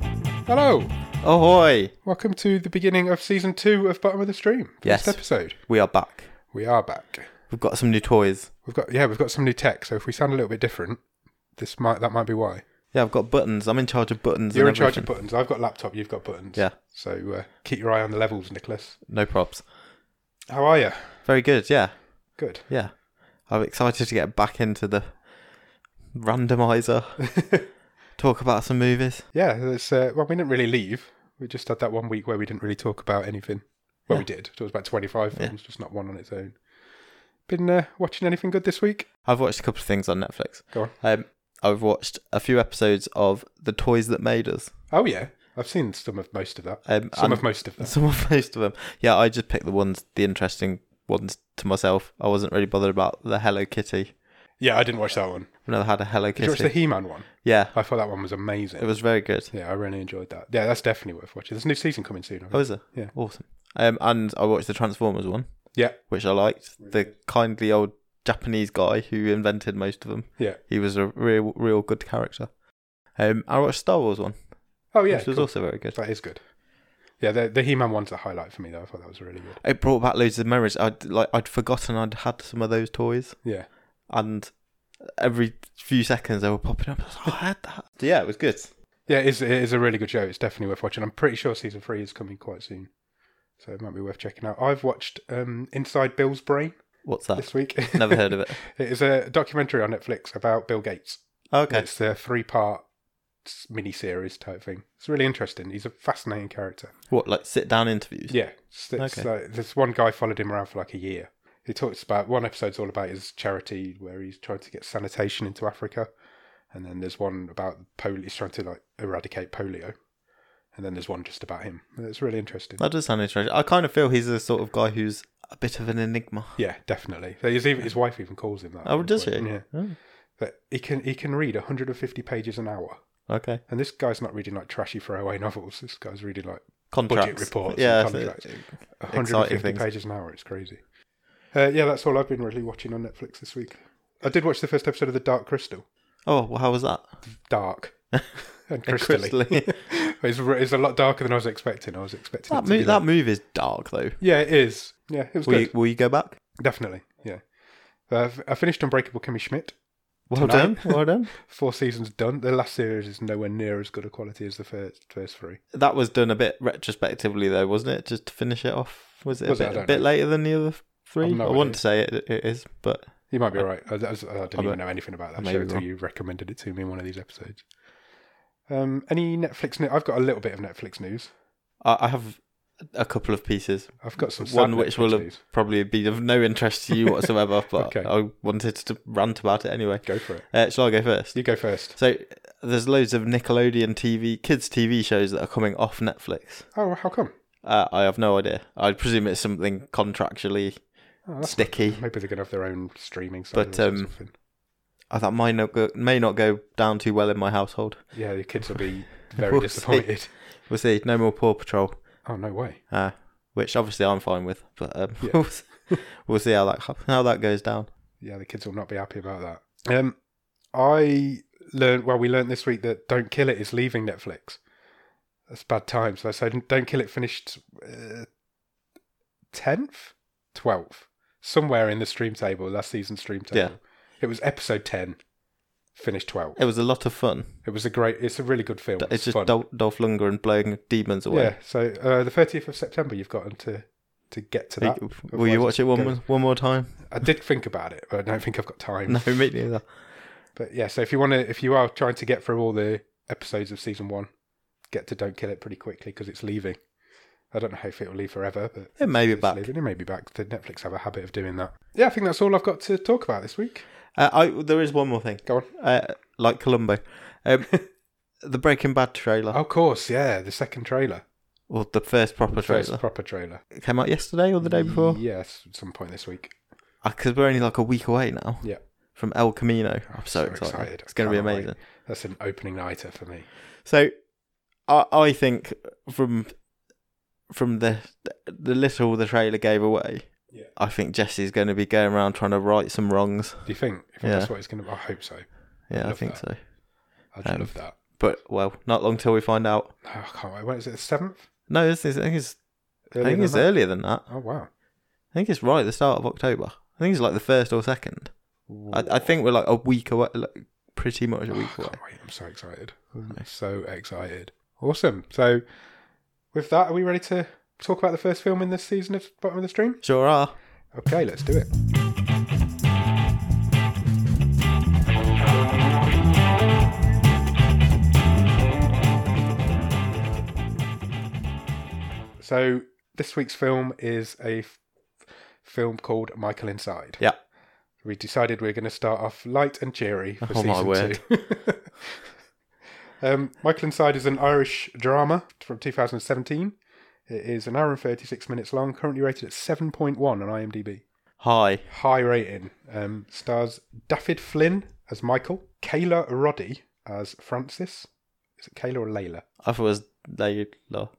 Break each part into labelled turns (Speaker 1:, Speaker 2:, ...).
Speaker 1: Hello,
Speaker 2: Ahoy!
Speaker 1: welcome to the beginning of season two of Bottom of the Stream.
Speaker 2: Yes.
Speaker 1: First episode.
Speaker 2: We are back.
Speaker 1: We are back.
Speaker 2: We've got some new toys.
Speaker 1: We've got yeah, we've got some new tech. So if we sound a little bit different, this might that might be why.
Speaker 2: Yeah, I've got buttons. I'm in charge of buttons.
Speaker 1: You're in
Speaker 2: and
Speaker 1: charge of
Speaker 2: everything.
Speaker 1: buttons. I've got laptop. You've got buttons.
Speaker 2: Yeah.
Speaker 1: So uh, keep your eye on the levels, Nicholas.
Speaker 2: No props.
Speaker 1: How are you?
Speaker 2: Very good. Yeah,
Speaker 1: Good.
Speaker 2: yeah. I'm excited to get back into the randomizer. Talk about some movies.
Speaker 1: Yeah. It's, uh, well, we didn't really leave. We just had that one week where we didn't really talk about anything. Well, we did. It was about 25
Speaker 2: Yeah.
Speaker 1: films, just not one on its own. Been uh, watching anything good this week?
Speaker 2: I've watched a couple of things on Netflix.
Speaker 1: Go on.
Speaker 2: Um, I've watched a few episodes of The Toys That Made Us.
Speaker 1: Oh yeah, I've seen some of most of that.
Speaker 2: Um,
Speaker 1: Some
Speaker 2: and-
Speaker 1: of most of that.
Speaker 2: Some of most of them. Yeah, I just picked the ones, the interesting ones to myself. I wasn't really bothered about the Hello Kitty.
Speaker 1: Yeah, I didn't watch that one.
Speaker 2: I've never had a Hello
Speaker 1: Did you watch
Speaker 2: Kitty.
Speaker 1: the He-Man one?
Speaker 2: yeah,
Speaker 1: I thought that one was
Speaker 2: it
Speaker 1: amazing.
Speaker 2: was very good.
Speaker 1: Yeah, I really enjoyed that. Yeah, that's definitely worth watching. There's a new season coming soon. I think.
Speaker 2: Oh, is there?
Speaker 1: Yeah.
Speaker 2: Awesome. Um, and I watched the Transformers one,
Speaker 1: Yeah,
Speaker 2: which I liked. The kindly old Japanese guy who invented most of them.
Speaker 1: yeah.
Speaker 2: He was a real, real good character. Um, I watched Star Wars one,
Speaker 1: Oh yeah,
Speaker 2: which was
Speaker 1: cool.
Speaker 2: also very good.
Speaker 1: that is good. Yeah, the, the He-Man one's a highlight for me though. I thought that was really good.
Speaker 2: It brought back loads of memories. I'd like I'd forgotten I'd had some of those toys,
Speaker 1: Yeah,
Speaker 2: and every few seconds they were popping up. I, was like, "Oh, I had that. Yeah, it was good.
Speaker 1: yeah. It is, it is a really good show. It's definitely worth watching. I'm pretty sure season three is coming quite soon, so it might be worth checking out. I've watched um, Inside Bill's Brain
Speaker 2: What's that?
Speaker 1: this week.
Speaker 2: Ah, Never heard of it.
Speaker 1: it is a documentary on Netflix about Bill Gates.
Speaker 2: Okay.
Speaker 1: It's a three part mini series type thing. It's really interesting. He's a fascinating character.
Speaker 2: What like sit down interviews?
Speaker 1: Yeah. It's, it's,
Speaker 2: Okay.
Speaker 1: uh, this one guy followed him around for like a year. He talks about one episode's all about his charity where he's trying to get sanitation into Africa, and then there's one about polio. He's trying to like eradicate polio, and then there's one just about him. And It's really interesting.
Speaker 2: That does sound interesting. I kind of feel he's the sort of guy who's a bit of an enigma.
Speaker 1: yeah, definitely. His, even, his wife even calls him that. at
Speaker 2: Oh,
Speaker 1: one
Speaker 2: does
Speaker 1: point.
Speaker 2: he?
Speaker 1: Yeah.
Speaker 2: Oh,
Speaker 1: But he can he can read 150 pages an hour,
Speaker 2: okay.
Speaker 1: and this guy's not reading like trashy throwaway novels. This guy's reading like
Speaker 2: Contracts.
Speaker 1: reports and
Speaker 2: Yeah.
Speaker 1: contracts.
Speaker 2: so-
Speaker 1: 150
Speaker 2: things.
Speaker 1: pages an hour. It's crazy. Uh, yeah, that's all I've been really watching on Netflix this week. I did watch the first episode of The Dark Crystal.
Speaker 2: oh, well, how was that?
Speaker 1: Dark and crystally.
Speaker 2: Crystally.
Speaker 1: it's, re- it's a lot darker than I was expecting. I was expecting it
Speaker 2: that,
Speaker 1: to
Speaker 2: mo-
Speaker 1: be
Speaker 2: that
Speaker 1: like-
Speaker 2: move is dark, though.
Speaker 1: Yeah, it is. Yeah, it was
Speaker 2: Will you,
Speaker 1: good.
Speaker 2: will you go back?
Speaker 1: Definitely. Yeah. Uh, f- I finished Unbreakable Kimmy Schmidt.
Speaker 2: Well
Speaker 1: Tonight.
Speaker 2: done. Well done.
Speaker 1: Four seasons done. The last series is nowhere near as good a quality as the first, first three.
Speaker 2: that was done a bit retrospectively, though, wasn't it? Just to finish it off. Was it
Speaker 1: Was it?
Speaker 2: a
Speaker 1: I
Speaker 2: bit,
Speaker 1: don't
Speaker 2: bit
Speaker 1: know.
Speaker 2: later than the other
Speaker 1: I've
Speaker 2: three?
Speaker 1: no
Speaker 2: I
Speaker 1: idea.
Speaker 2: want to say it, it is, but
Speaker 1: You might be right. I, I, was- I didn't
Speaker 2: bet.
Speaker 1: even know anything about that
Speaker 2: I may
Speaker 1: show
Speaker 2: be
Speaker 1: until
Speaker 2: wrong.
Speaker 1: you recommended it to me in one of these episodes. Um, any Netflix news? I've got a little bit of Netflix news.
Speaker 2: I, I have a couple of pieces.
Speaker 1: I've got some. sad
Speaker 2: One which
Speaker 1: Netflix
Speaker 2: will have
Speaker 1: news.
Speaker 2: probably be of no interest to you whatsoever, but
Speaker 1: Okay.
Speaker 2: I wanted to rant about it anyway.
Speaker 1: go for it.
Speaker 2: Uh, shall I go first?
Speaker 1: You go first.
Speaker 2: So there's loads of Nickelodeon TV kids TV shows that are coming off Netflix.
Speaker 1: Oh, how come?
Speaker 2: Uh, I have no idea. I presume it's something contractually
Speaker 1: Oh, that's not-
Speaker 2: sticky.
Speaker 1: maybe they're gonna have their own streaming. side
Speaker 2: But,
Speaker 1: or
Speaker 2: um,
Speaker 1: something.
Speaker 2: Uh, that might not go, may not go down too well in my household.
Speaker 1: yeah, the kids will be very
Speaker 2: we'll see.
Speaker 1: disappointed.
Speaker 2: We'll see. No more Paw Patrol,
Speaker 1: Oh no way.
Speaker 2: uh, which obviously I'm fine with, but um,
Speaker 1: Yeah.
Speaker 2: we'll, see, we'll see how that hap- how that goes down.
Speaker 1: Yeah, the kids will not be happy about that. Um, I learned. Well, we learned this week that "Don't Kill It" is leaving Netflix. That's bad times. So, so "Don't Kill It" finished uh, tenth, twelfth, somewhere in the stream table last season's stream table.
Speaker 2: Yeah.
Speaker 1: It was episode ten, finished twelfth.
Speaker 2: It was a lot of fun.
Speaker 1: It was a great. It's a really good film.
Speaker 2: It's just
Speaker 1: fun.
Speaker 2: Dol- Dolph Lundgren blowing demons
Speaker 1: yeah.
Speaker 2: away.
Speaker 1: So uh, the thirtieth of September, you've got to to get to that.
Speaker 2: Will you
Speaker 1: Otherwise
Speaker 2: watch it one
Speaker 1: goes.
Speaker 2: more, one more time?
Speaker 1: I did think about it, but I don't think I've got time.
Speaker 2: No, me neither.
Speaker 1: But yeah, so if you want to, if you are trying to get through all the episodes of season one, get to Don't Kill It pretty quickly because it's leaving. I don't know if it'll leave forever, but
Speaker 2: It may be
Speaker 1: it's
Speaker 2: back.
Speaker 1: leaving. It may be back. The Netflix have a habit of doing that. Yeah, I think that's all I've got to talk about this week.
Speaker 2: Uh, I, there is one more thing.
Speaker 1: Go on.
Speaker 2: uh, like Columbo. Um, the Breaking Bad trailer,
Speaker 1: Oh, Of course, yeah, the second trailer,
Speaker 2: or the first proper
Speaker 1: first
Speaker 2: trailer,
Speaker 1: proper trailer.
Speaker 2: It came out yesterday or the day before.
Speaker 1: Yes, at some point this week.
Speaker 2: Because we're only like a week away now
Speaker 1: Yeah,
Speaker 2: from El Camino. I'm so,
Speaker 1: so
Speaker 2: excited.
Speaker 1: excited.
Speaker 2: It's going to be
Speaker 1: Cannot wait.
Speaker 2: amazing.
Speaker 1: that's an opening nighter for me.
Speaker 2: So, I, I think from from the the little the trailer gave away,
Speaker 1: Yeah.
Speaker 2: I think Jesse's going to be going around trying to right some wrongs.
Speaker 1: Do you think? If
Speaker 2: Yeah.
Speaker 1: That's what it's going to. I hope so.
Speaker 2: Yeah, I,
Speaker 1: love
Speaker 2: think
Speaker 1: that.
Speaker 2: so.
Speaker 1: I'd
Speaker 2: Um,
Speaker 1: love that.
Speaker 2: But well, not long till we find out.
Speaker 1: Oh, I can't wait. When is it? The seventh?
Speaker 2: No, this is, I think it's, I
Speaker 1: Earlier
Speaker 2: think
Speaker 1: than
Speaker 2: it's
Speaker 1: that?
Speaker 2: earlier than that.
Speaker 1: Oh wow.
Speaker 2: I think it's right at the start of October. I think it's like the first or second. I, I think we're like a week away, like pretty much a
Speaker 1: Oh, I
Speaker 2: week away.
Speaker 1: can't wait. I'm so excited. I'm
Speaker 2: Nice.
Speaker 1: so excited. Awesome. So, with that, are we ready to talk about the first film in this season of Bottom of the Stream?
Speaker 2: Sure are.
Speaker 1: Okay, let's do it. So, this week's film is a f- film called Michael Inside.
Speaker 2: Yeah.
Speaker 1: We decided we are going to start off light and cheery for
Speaker 2: Oh,
Speaker 1: season
Speaker 2: my
Speaker 1: two. um, Michael Inside is an Irish drama from 2017. It is an hour and 36 minutes long, currently rated at 7.1 on IMDb.
Speaker 2: Hi.
Speaker 1: High rating. Um, stars Daffyd Flynn as Michael, Kayla Roddy as Francis. Is it Kayla or Layla?
Speaker 2: I thought it was Layla,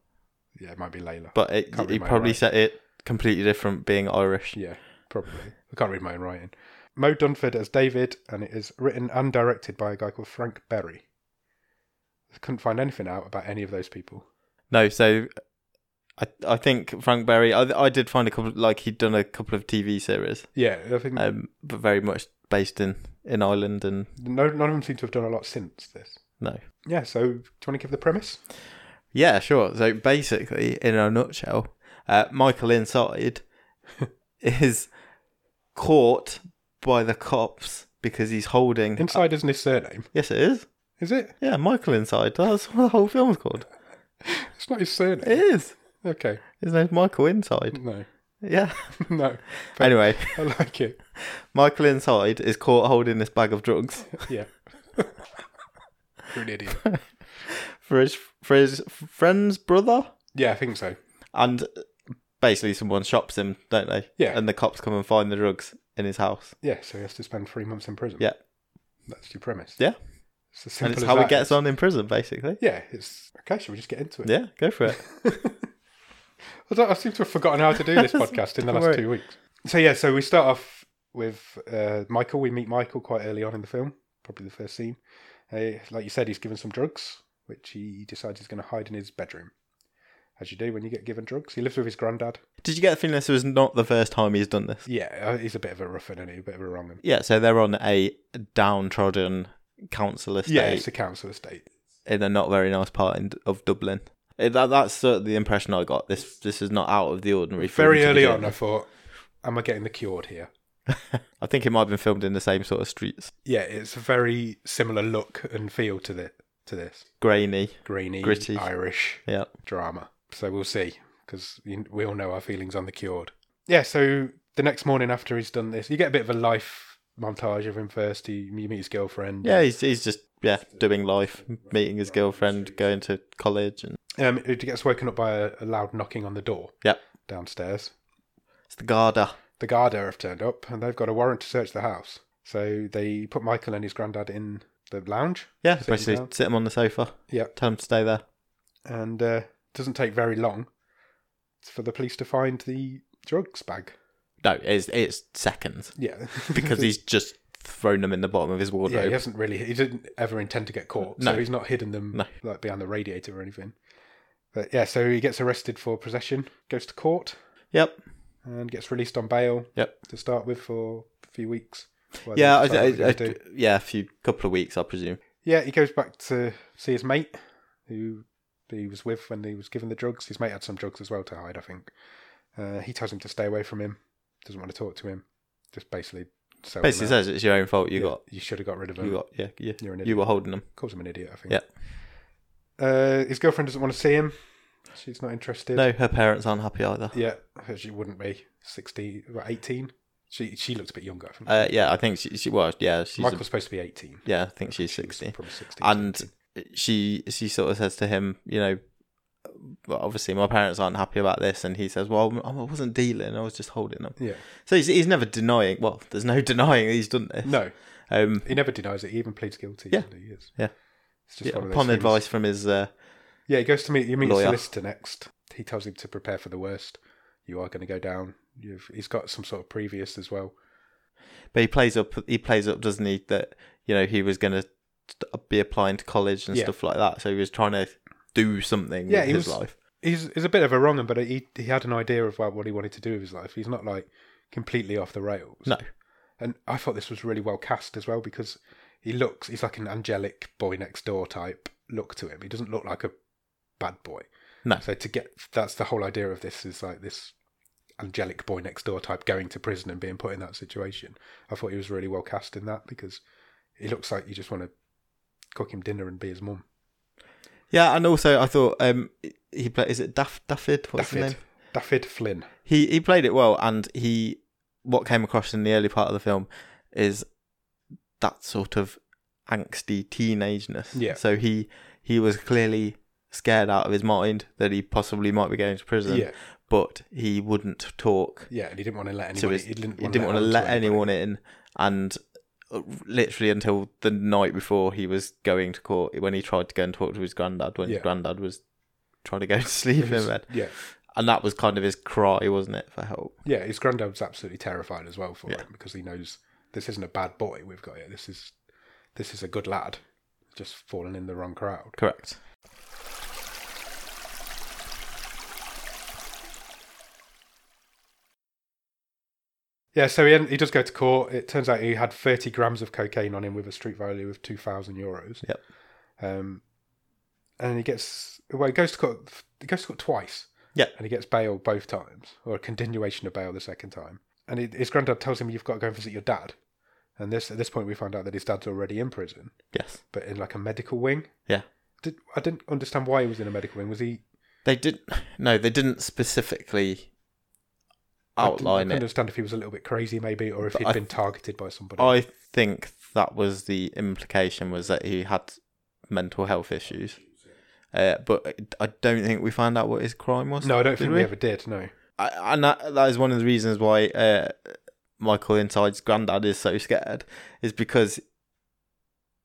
Speaker 1: Yeah, it might be Layla.
Speaker 2: but it,
Speaker 1: Can't read
Speaker 2: he
Speaker 1: my
Speaker 2: probably
Speaker 1: writing.
Speaker 2: said it completely different being Irish.
Speaker 1: Yeah, probably. I can't read my own writing. Mo Dunford as David, and it is written and directed by a guy called Frank Berry. I couldn't find anything out about any of those people.
Speaker 2: No, so I I think Frank Berry. I I did find a couple like he'd done a couple of TV series,
Speaker 1: Yeah, I think
Speaker 2: um, but very much based in in Ireland and
Speaker 1: no, none of them seem to have done a lot since this.
Speaker 2: no.
Speaker 1: Yeah, so do you want to give the premise?
Speaker 2: Yeah, sure. So basically, in a nutshell, uh, Michael inside is caught by the cops because he's holding.
Speaker 1: Inside isn't his surname,
Speaker 2: yes, it is.
Speaker 1: is it?
Speaker 2: Yeah, Michael inside. That's what the whole film's called.
Speaker 1: It's not his surname.
Speaker 2: It is.
Speaker 1: Okay,
Speaker 2: His name's Michael Inside.
Speaker 1: no,
Speaker 2: Yeah.
Speaker 1: no,
Speaker 2: Anyway,
Speaker 1: I like it.
Speaker 2: Michael Inside is caught holding this bag of drugs
Speaker 1: Yeah, you're an idiot.
Speaker 2: for his for his friend's brother,
Speaker 1: Yeah, I think so.
Speaker 2: and basically someone shops him, don't they?
Speaker 1: Yeah.
Speaker 2: And the cops come and find the drugs in his house.
Speaker 1: Yeah, so he has to spend three months in prison.
Speaker 2: Yeah.
Speaker 1: that's your premise.
Speaker 2: Yeah.
Speaker 1: it's as
Speaker 2: and
Speaker 1: simple
Speaker 2: it's
Speaker 1: as
Speaker 2: how he
Speaker 1: that.
Speaker 2: gets on in prison, basically.
Speaker 1: Yeah, it's okay. Shall we just get into it?
Speaker 2: Yeah, go for it.
Speaker 1: I, don't, I seem to have forgotten how to do this podcast in the
Speaker 2: Don't
Speaker 1: last
Speaker 2: worry.
Speaker 1: two weeks. So yeah, so we start off with uh, Michael. We meet Michael quite early on in the film, probably the first scene. Uh, like you said, he's given some drugs, which he decides he's going to hide in his bedroom. As you do when you get given drugs. He lives with his granddad.
Speaker 2: Did you get the feeling this was not the first time he's done this?
Speaker 1: Yeah, uh, he's a bit of a rough and a bit of a wrong 'un.
Speaker 2: Yeah, so they're on a downtrodden council estate
Speaker 1: Yeah, it's a council estate.
Speaker 2: in a not very nice part in, of Dublin. It- that, that's sort of the impression I got. This this is not out of the ordinary. for
Speaker 1: Very
Speaker 2: him to be
Speaker 1: early
Speaker 2: doing
Speaker 1: on, I
Speaker 2: this.
Speaker 1: thought, am I getting the cured here?
Speaker 2: I think it might have been filmed in the same sort of streets,
Speaker 1: Yeah, it's a very similar look and feel to the to this
Speaker 2: grainy.
Speaker 1: greeny,
Speaker 2: Gritty.
Speaker 1: Irish.
Speaker 2: Yeah,
Speaker 1: drama. So we'll see, because we all know our feelings on The Cured. Yeah, so the next morning after he's done this, you get a bit of a life montage of him first. He, you meet his girlfriend.
Speaker 2: yeah. He's he's just yeah doing life, meeting his girlfriend, going to college, and
Speaker 1: Um, he gets woken up by a, a loud knocking on the door
Speaker 2: Yep.
Speaker 1: downstairs.
Speaker 2: it's the Garda.
Speaker 1: The Garda have turned up, and they've got a warrant to search the house. So they put Michael and his granddad in the lounge.
Speaker 2: Yeah,
Speaker 1: Sit him
Speaker 2: basically
Speaker 1: down.
Speaker 2: sit him on the sofa.
Speaker 1: Yeah.
Speaker 2: tell him to stay there.
Speaker 1: and uh, doesn't take very long for the police to find the drugs bag.
Speaker 2: No, it's it's seconds
Speaker 1: Yeah,
Speaker 2: because he's just thrown them in the bottom of his
Speaker 1: Yeah, he
Speaker 2: wardrobe.
Speaker 1: hasn't really. He didn't ever intend to get caught, so
Speaker 2: No.
Speaker 1: he's not hidden them
Speaker 2: No.
Speaker 1: like behind the radiator or anything. But yeah, so he gets arrested for possession, goes to court,
Speaker 2: Yep.
Speaker 1: and gets released on bail.
Speaker 2: Yep.
Speaker 1: To start with for a few weeks. while they
Speaker 2: Yeah, I,
Speaker 1: decide what
Speaker 2: I,
Speaker 1: they're
Speaker 2: I,
Speaker 1: gonna do.
Speaker 2: yeah, a few couple of weeks, I presume.
Speaker 1: yeah. He goes back to see his mate, who he was with when he was given the drugs. His mate had some drugs as well to hide, I think. Uh, he tells him to stay away from him. Doesn't want to talk to him. Just basically. sells him
Speaker 2: Basically
Speaker 1: out.
Speaker 2: says it's your own fault. You
Speaker 1: Yeah, Uh-huh.
Speaker 2: got,
Speaker 1: You should have got rid of him.
Speaker 2: you got, yeah, yeah.
Speaker 1: You're an
Speaker 2: You were holding them.
Speaker 1: calls him an idiot, I think.
Speaker 2: Yeah.
Speaker 1: Uh, his girlfriend doesn't want to see him. She's not interested.
Speaker 2: No, her parents aren't happy either.
Speaker 1: Yeah, she wouldn't be. 16, well, 18. She she looks a bit younger, I think.
Speaker 2: Uh, yeah, I think she, she well, yeah, she's, a,
Speaker 1: Michael's supposed to be 18.
Speaker 2: yeah, I think she's
Speaker 1: She was
Speaker 2: sixty,
Speaker 1: Probably 16.
Speaker 2: and she she sort of says to him, you know, well, obviously my parents aren't happy about this, and he says, well, I wasn't dealing, I was just holding them.
Speaker 1: 17. Yeah.
Speaker 2: So he's, he's never denying. Well, there's no denying that he's done this.
Speaker 1: No,
Speaker 2: Um,
Speaker 1: he never denies it. He even pleads guilty.
Speaker 2: Yeah.
Speaker 1: and He is.
Speaker 2: Yeah.
Speaker 1: It's just
Speaker 2: yeah,
Speaker 1: one of those
Speaker 2: upon
Speaker 1: things.
Speaker 2: advice from his uh,
Speaker 1: Yeah, he goes to meet, you meet his
Speaker 2: Lawyer.
Speaker 1: solicitor next. He tells him to prepare for the worst. You are going to go down. You've, he's got some sort of previous as well.
Speaker 2: But he plays up. He plays up, doesn't he? That you know he was going to st- uh, be applying to college and
Speaker 1: Yeah.
Speaker 2: stuff like that. So he was trying to do something
Speaker 1: Yeah,
Speaker 2: with
Speaker 1: he
Speaker 2: his
Speaker 1: was-
Speaker 2: life.
Speaker 1: He's, he's a bit of a wrong one, but he he had an idea of what what he wanted to do with his life. He's not like completely off the rails.
Speaker 2: No.
Speaker 1: And I thought this was really well cast as well because he looks he's like an angelic boy next door type look to him. He doesn't look like a bad boy.
Speaker 2: No.
Speaker 1: So to get that's the whole idea of this is like this angelic boy next door type going to prison and being put in that situation. I thought he was really well cast in that because he looks like you just want to cook him dinner and be his mum.
Speaker 2: Yeah, and also I thought um, he played. Is it Daff Daffid? What's his
Speaker 1: Daffid.
Speaker 2: name?
Speaker 1: Daffid Flynn.
Speaker 2: He he played it well, and he what came across in the early part of the film is that sort of angsty teenageness.
Speaker 1: Yeah.
Speaker 2: So he he was clearly scared out of his mind that he possibly might be going to prison,
Speaker 1: Yeah.
Speaker 2: but he wouldn't talk
Speaker 1: Yeah, and he didn't want to let
Speaker 2: So
Speaker 1: anyone.
Speaker 2: it's-
Speaker 1: he didn't,
Speaker 2: he didn't want to
Speaker 1: on
Speaker 2: let
Speaker 1: anybody.
Speaker 2: anyone in and uh, literally until the night before he was going to court when he tried to go and talk to his granddad when
Speaker 1: Yeah.
Speaker 2: his granddad was trying to go to sleep
Speaker 1: It was-
Speaker 2: in bed
Speaker 1: Yeah,
Speaker 2: and that was kind of his cry wasn't it for help
Speaker 1: yeah. His granddad was absolutely terrified as well for
Speaker 2: Yeah.
Speaker 1: him because he knows this isn't a bad boy we've got here. This is this is a good lad, just fallen in the wrong crowd.
Speaker 2: correct
Speaker 1: Yeah, so he, he does go to court. It turns out he had 30 grams of cocaine on him with a street value of 2,000 euros.
Speaker 2: Yep.
Speaker 1: Um, and he gets, well, he goes to court, he goes to court twice.
Speaker 2: Yeah.
Speaker 1: And he gets bail both times, or a continuation of bail the second time. And he, his granddad tells him, You've got to go and visit your dad. And this at this point, we find out that his dad's already in prison,
Speaker 2: yes
Speaker 1: but in like a medical wing.
Speaker 2: Yeah.
Speaker 1: Did, I didn't understand why he was in a medical wing. Was he.
Speaker 2: they didn't no they didn't specifically
Speaker 1: I didn't- I
Speaker 2: outline
Speaker 1: couldn't
Speaker 2: it
Speaker 1: understand if he was a little bit crazy, maybe, or if
Speaker 2: But
Speaker 1: he'd
Speaker 2: I- Oh,
Speaker 1: been targeted by somebody.
Speaker 2: i think that was the implication was that he had mental health issues uh, but i don't think we found out what his crime was
Speaker 1: no, I don't
Speaker 2: did
Speaker 1: think we ever did, no.
Speaker 2: I, and that, that is one of the reasons why uh, Michael Inside's granddad is so scared, is because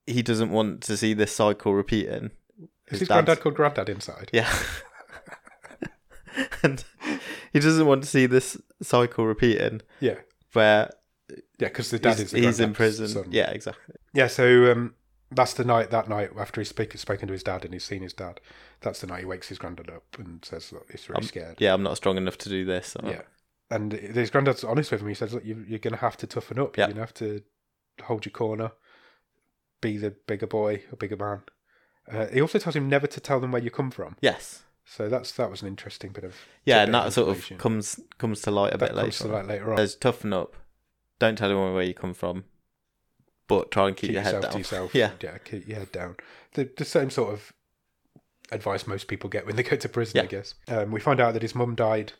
Speaker 2: he doesn't want to see this cycle repeating.
Speaker 1: Is his
Speaker 2: His dad's-
Speaker 1: granddad called Granddad inside?
Speaker 2: Yeah. and he doesn't want to see this cycle repeating
Speaker 1: Yeah,
Speaker 2: where
Speaker 1: yeah, because the dad
Speaker 2: he's,
Speaker 1: is the
Speaker 2: he's in
Speaker 1: granddad's
Speaker 2: prison.
Speaker 1: son.
Speaker 2: Yeah, exactly.
Speaker 1: yeah. So um, that's the night. That night, after he's speak, spoken to his dad and he's seen his dad, that's the night he wakes his granddad up and says that he's really
Speaker 2: Um,
Speaker 1: scared.
Speaker 2: Yeah, I'm not strong enough to do this. or-
Speaker 1: Yeah. And his granddad's honest with him. He says, "Look, you, you're going to have to toughen up.
Speaker 2: Yeah.
Speaker 1: You're going to have to hold your corner, be the bigger boy, a bigger man." Uh, he also tells him never to tell them where you come from.
Speaker 2: Yes.
Speaker 1: So that's that was an interesting bit of
Speaker 2: Yeah,
Speaker 1: tidbit
Speaker 2: and that sort
Speaker 1: information.
Speaker 2: of comes comes to light a
Speaker 1: that
Speaker 2: bit
Speaker 1: comes to
Speaker 2: later. on.
Speaker 1: light later on.
Speaker 2: There's toughen up. Don't tell anyone where you come from, but try and keep, your head
Speaker 1: yourself
Speaker 2: down.
Speaker 1: to yourself.
Speaker 2: Yeah.
Speaker 1: yeah, keep your head down. The, the same sort of advice most people get when they go to prison, I
Speaker 2: Yeah.
Speaker 1: guess. Um, we find out that his mum died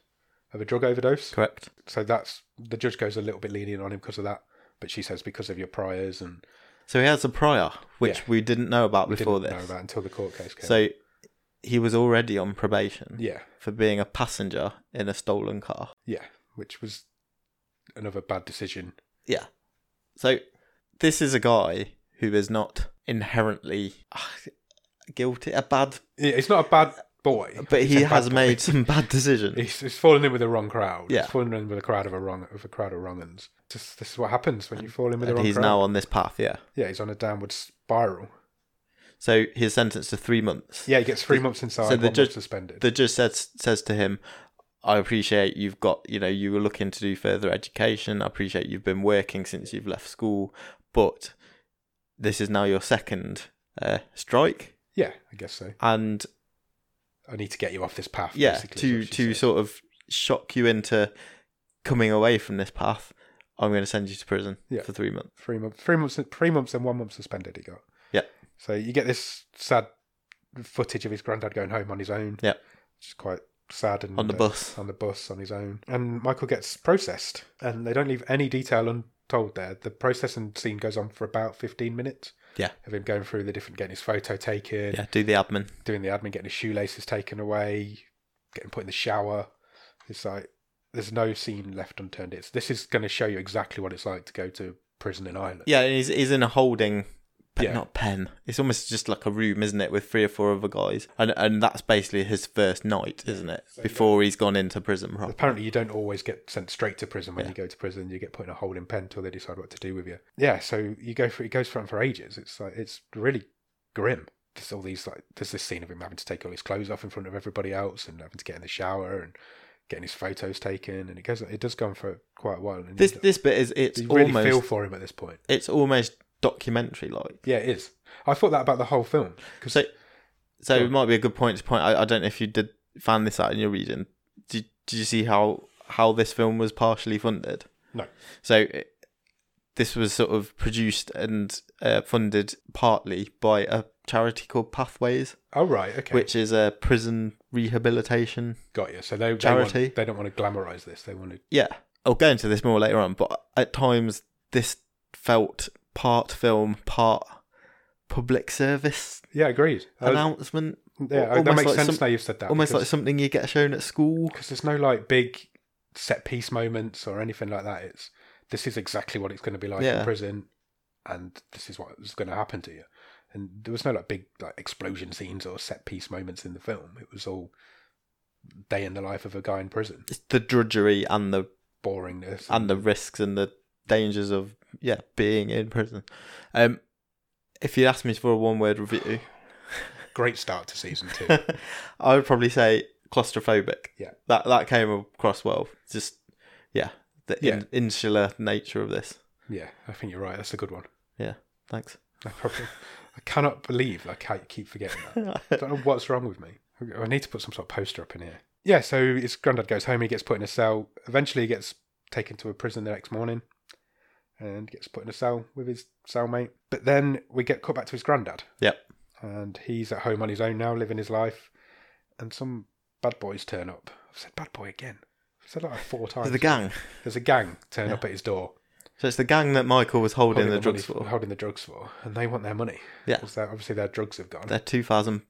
Speaker 1: of a drug overdose,
Speaker 2: Correct.
Speaker 1: so that's the judge goes a little bit lenient on him because of that. But she says because of your priors, and
Speaker 2: So he has a prior, which
Speaker 1: Yeah.
Speaker 2: we didn't know about
Speaker 1: we
Speaker 2: before
Speaker 1: didn't know
Speaker 2: this.
Speaker 1: about until the court case came.
Speaker 2: So he was already on probation
Speaker 1: yeah,
Speaker 2: for being a passenger in a stolen car.
Speaker 1: yeah, which was another bad decision.
Speaker 2: Yeah. So this is a guy who is not inherently ah, guilty, a bad,
Speaker 1: Yeah, It's not a bad boy,
Speaker 2: but
Speaker 1: It's
Speaker 2: he
Speaker 1: a bad
Speaker 2: has
Speaker 1: boy.
Speaker 2: made some bad decisions.
Speaker 1: He's, he's fallen in with the wrong crowd.
Speaker 2: Yeah.
Speaker 1: he's fallen in with a crowd of a wrong of a crowd of wrong uns. Just this is what happens when you fall in with the
Speaker 2: And
Speaker 1: wrong
Speaker 2: he's
Speaker 1: crowd.
Speaker 2: now on this path, yeah.
Speaker 1: Yeah, he's on a downward spiral.
Speaker 2: So he's sentenced to three months.
Speaker 1: Yeah, he gets three months inside,
Speaker 2: so
Speaker 1: so
Speaker 2: the
Speaker 1: one month
Speaker 2: judge-
Speaker 1: suspended.
Speaker 2: the judge says says to him, "I appreciate you've got you know you were looking to do further education. I appreciate you've been working since you've left school, but this is now your second uh, strike,
Speaker 1: yeah, I guess so.
Speaker 2: and
Speaker 1: I need to get you off this path.
Speaker 2: yeah,
Speaker 1: basically, is
Speaker 2: to
Speaker 1: what she
Speaker 2: to
Speaker 1: said.
Speaker 2: sort of shock you into coming away from this path, I'm going to send you to prison
Speaker 1: Yeah.
Speaker 2: for three months.
Speaker 1: three months, three months, three months, and one month suspended. He got.
Speaker 2: Yeah.
Speaker 1: So you get this sad footage of his granddad going home on his own.
Speaker 2: Yeah.
Speaker 1: which is quite sad. And
Speaker 2: On the
Speaker 1: uh,
Speaker 2: bus,
Speaker 1: on the bus on his own, and Michael gets processed, and they don't leave any detail untold. There, the processing scene goes on for about fifteen minutes.
Speaker 2: Yeah.
Speaker 1: of him going through the different, getting his photo taken,
Speaker 2: yeah, do the admin.
Speaker 1: doing the admin, getting his shoelaces taken away, getting put in the shower. It's like there's no scene left unturned. It's this is going to show you exactly what it's like to go to prison in Ireland.
Speaker 2: Yeah, and he's he's in a holding But
Speaker 1: Yeah.
Speaker 2: not pen. It's almost just like a room, isn't it, with three or four other guys, and and that's basically his first night, isn't it? Before he's gone into prison. proper.
Speaker 1: Apparently, you don't always get sent straight to prison when you go to prison. You get put in a holding pen until they decide what to do with you. Yeah, so you go for it goes on for ages. It's like it's really grim. There's all these like there's this scene of him having to take all his clothes off in front of everybody else and having to get in the shower and getting his photos taken. And it goes it does go on for quite a while. And
Speaker 2: This
Speaker 1: you,
Speaker 2: this bit is it's
Speaker 1: you really
Speaker 2: almost
Speaker 1: feel for him at this point.
Speaker 2: it's almost documentary like.
Speaker 1: Yeah, it is. I thought that about the whole film. 'cause-
Speaker 2: So, so
Speaker 1: Go
Speaker 2: it
Speaker 1: on.
Speaker 2: might be a good point to point. I, I don't know if you did find this out in your region. Did Did you see how how this film was partially funded?
Speaker 1: No.
Speaker 2: So it, this was sort of produced and uh, funded partly by a charity called Pathways,
Speaker 1: oh right, okay,
Speaker 2: which is a prison rehabilitation.
Speaker 1: got you. So they they,
Speaker 2: Charity.
Speaker 1: want, they don't want to glamorize this. They want to
Speaker 2: Yeah, I'll go into this more later on. But at times, this felt part film, part public service
Speaker 1: yeah, agreed. I was-
Speaker 2: announcement.
Speaker 1: yeah,
Speaker 2: Al-
Speaker 1: that
Speaker 2: almost
Speaker 1: makes
Speaker 2: like
Speaker 1: sense now
Speaker 2: some-
Speaker 1: you've said that.
Speaker 2: Almost
Speaker 1: Oh, because-
Speaker 2: like something you get shown at school.
Speaker 1: because there's no like big set piece moments or anything like that. It's this is exactly what it's going to be like
Speaker 2: Yeah.
Speaker 1: in prison, and this is what is going to happen to you. And there was no like big like explosion scenes or set piece moments in the film. It was all day in the life of a guy in prison,
Speaker 2: It's the drudgery and the
Speaker 1: boringness.
Speaker 2: and the risks and the dangers of yeah being in prison. Um, if you asked me for a one-word review,
Speaker 1: Great start to season two.
Speaker 2: I would probably say claustrophobic.
Speaker 1: Yeah.
Speaker 2: that that came across well. Just yeah, the In, insular nature of this.
Speaker 1: yeah, I think you're right. That's a good one.
Speaker 2: Yeah, thanks.
Speaker 1: No problem. I cannot believe like how you keep forgetting that. I don't know what's wrong with me. I need to put some sort of poster up in here. Yeah, so his granddad goes home, he gets put in a cell. Eventually, he gets taken to a prison the next morning and gets put in a cell with his cellmate. But then we get cut back to his granddad.
Speaker 2: Yep.
Speaker 1: And he's at home on his own now, living his life. And some bad boys turn up. I've said bad boy again. I've said that like four times.
Speaker 2: the gang.
Speaker 1: There's a gang turn up at his door.
Speaker 2: So it's the gang that Michael was holding, the,
Speaker 1: money-
Speaker 2: drugs for.
Speaker 1: Holding the drugs for. And they want their money.
Speaker 2: Yeah.
Speaker 1: 'Cause they're- obviously, their drugs have gone.
Speaker 2: They're two thousand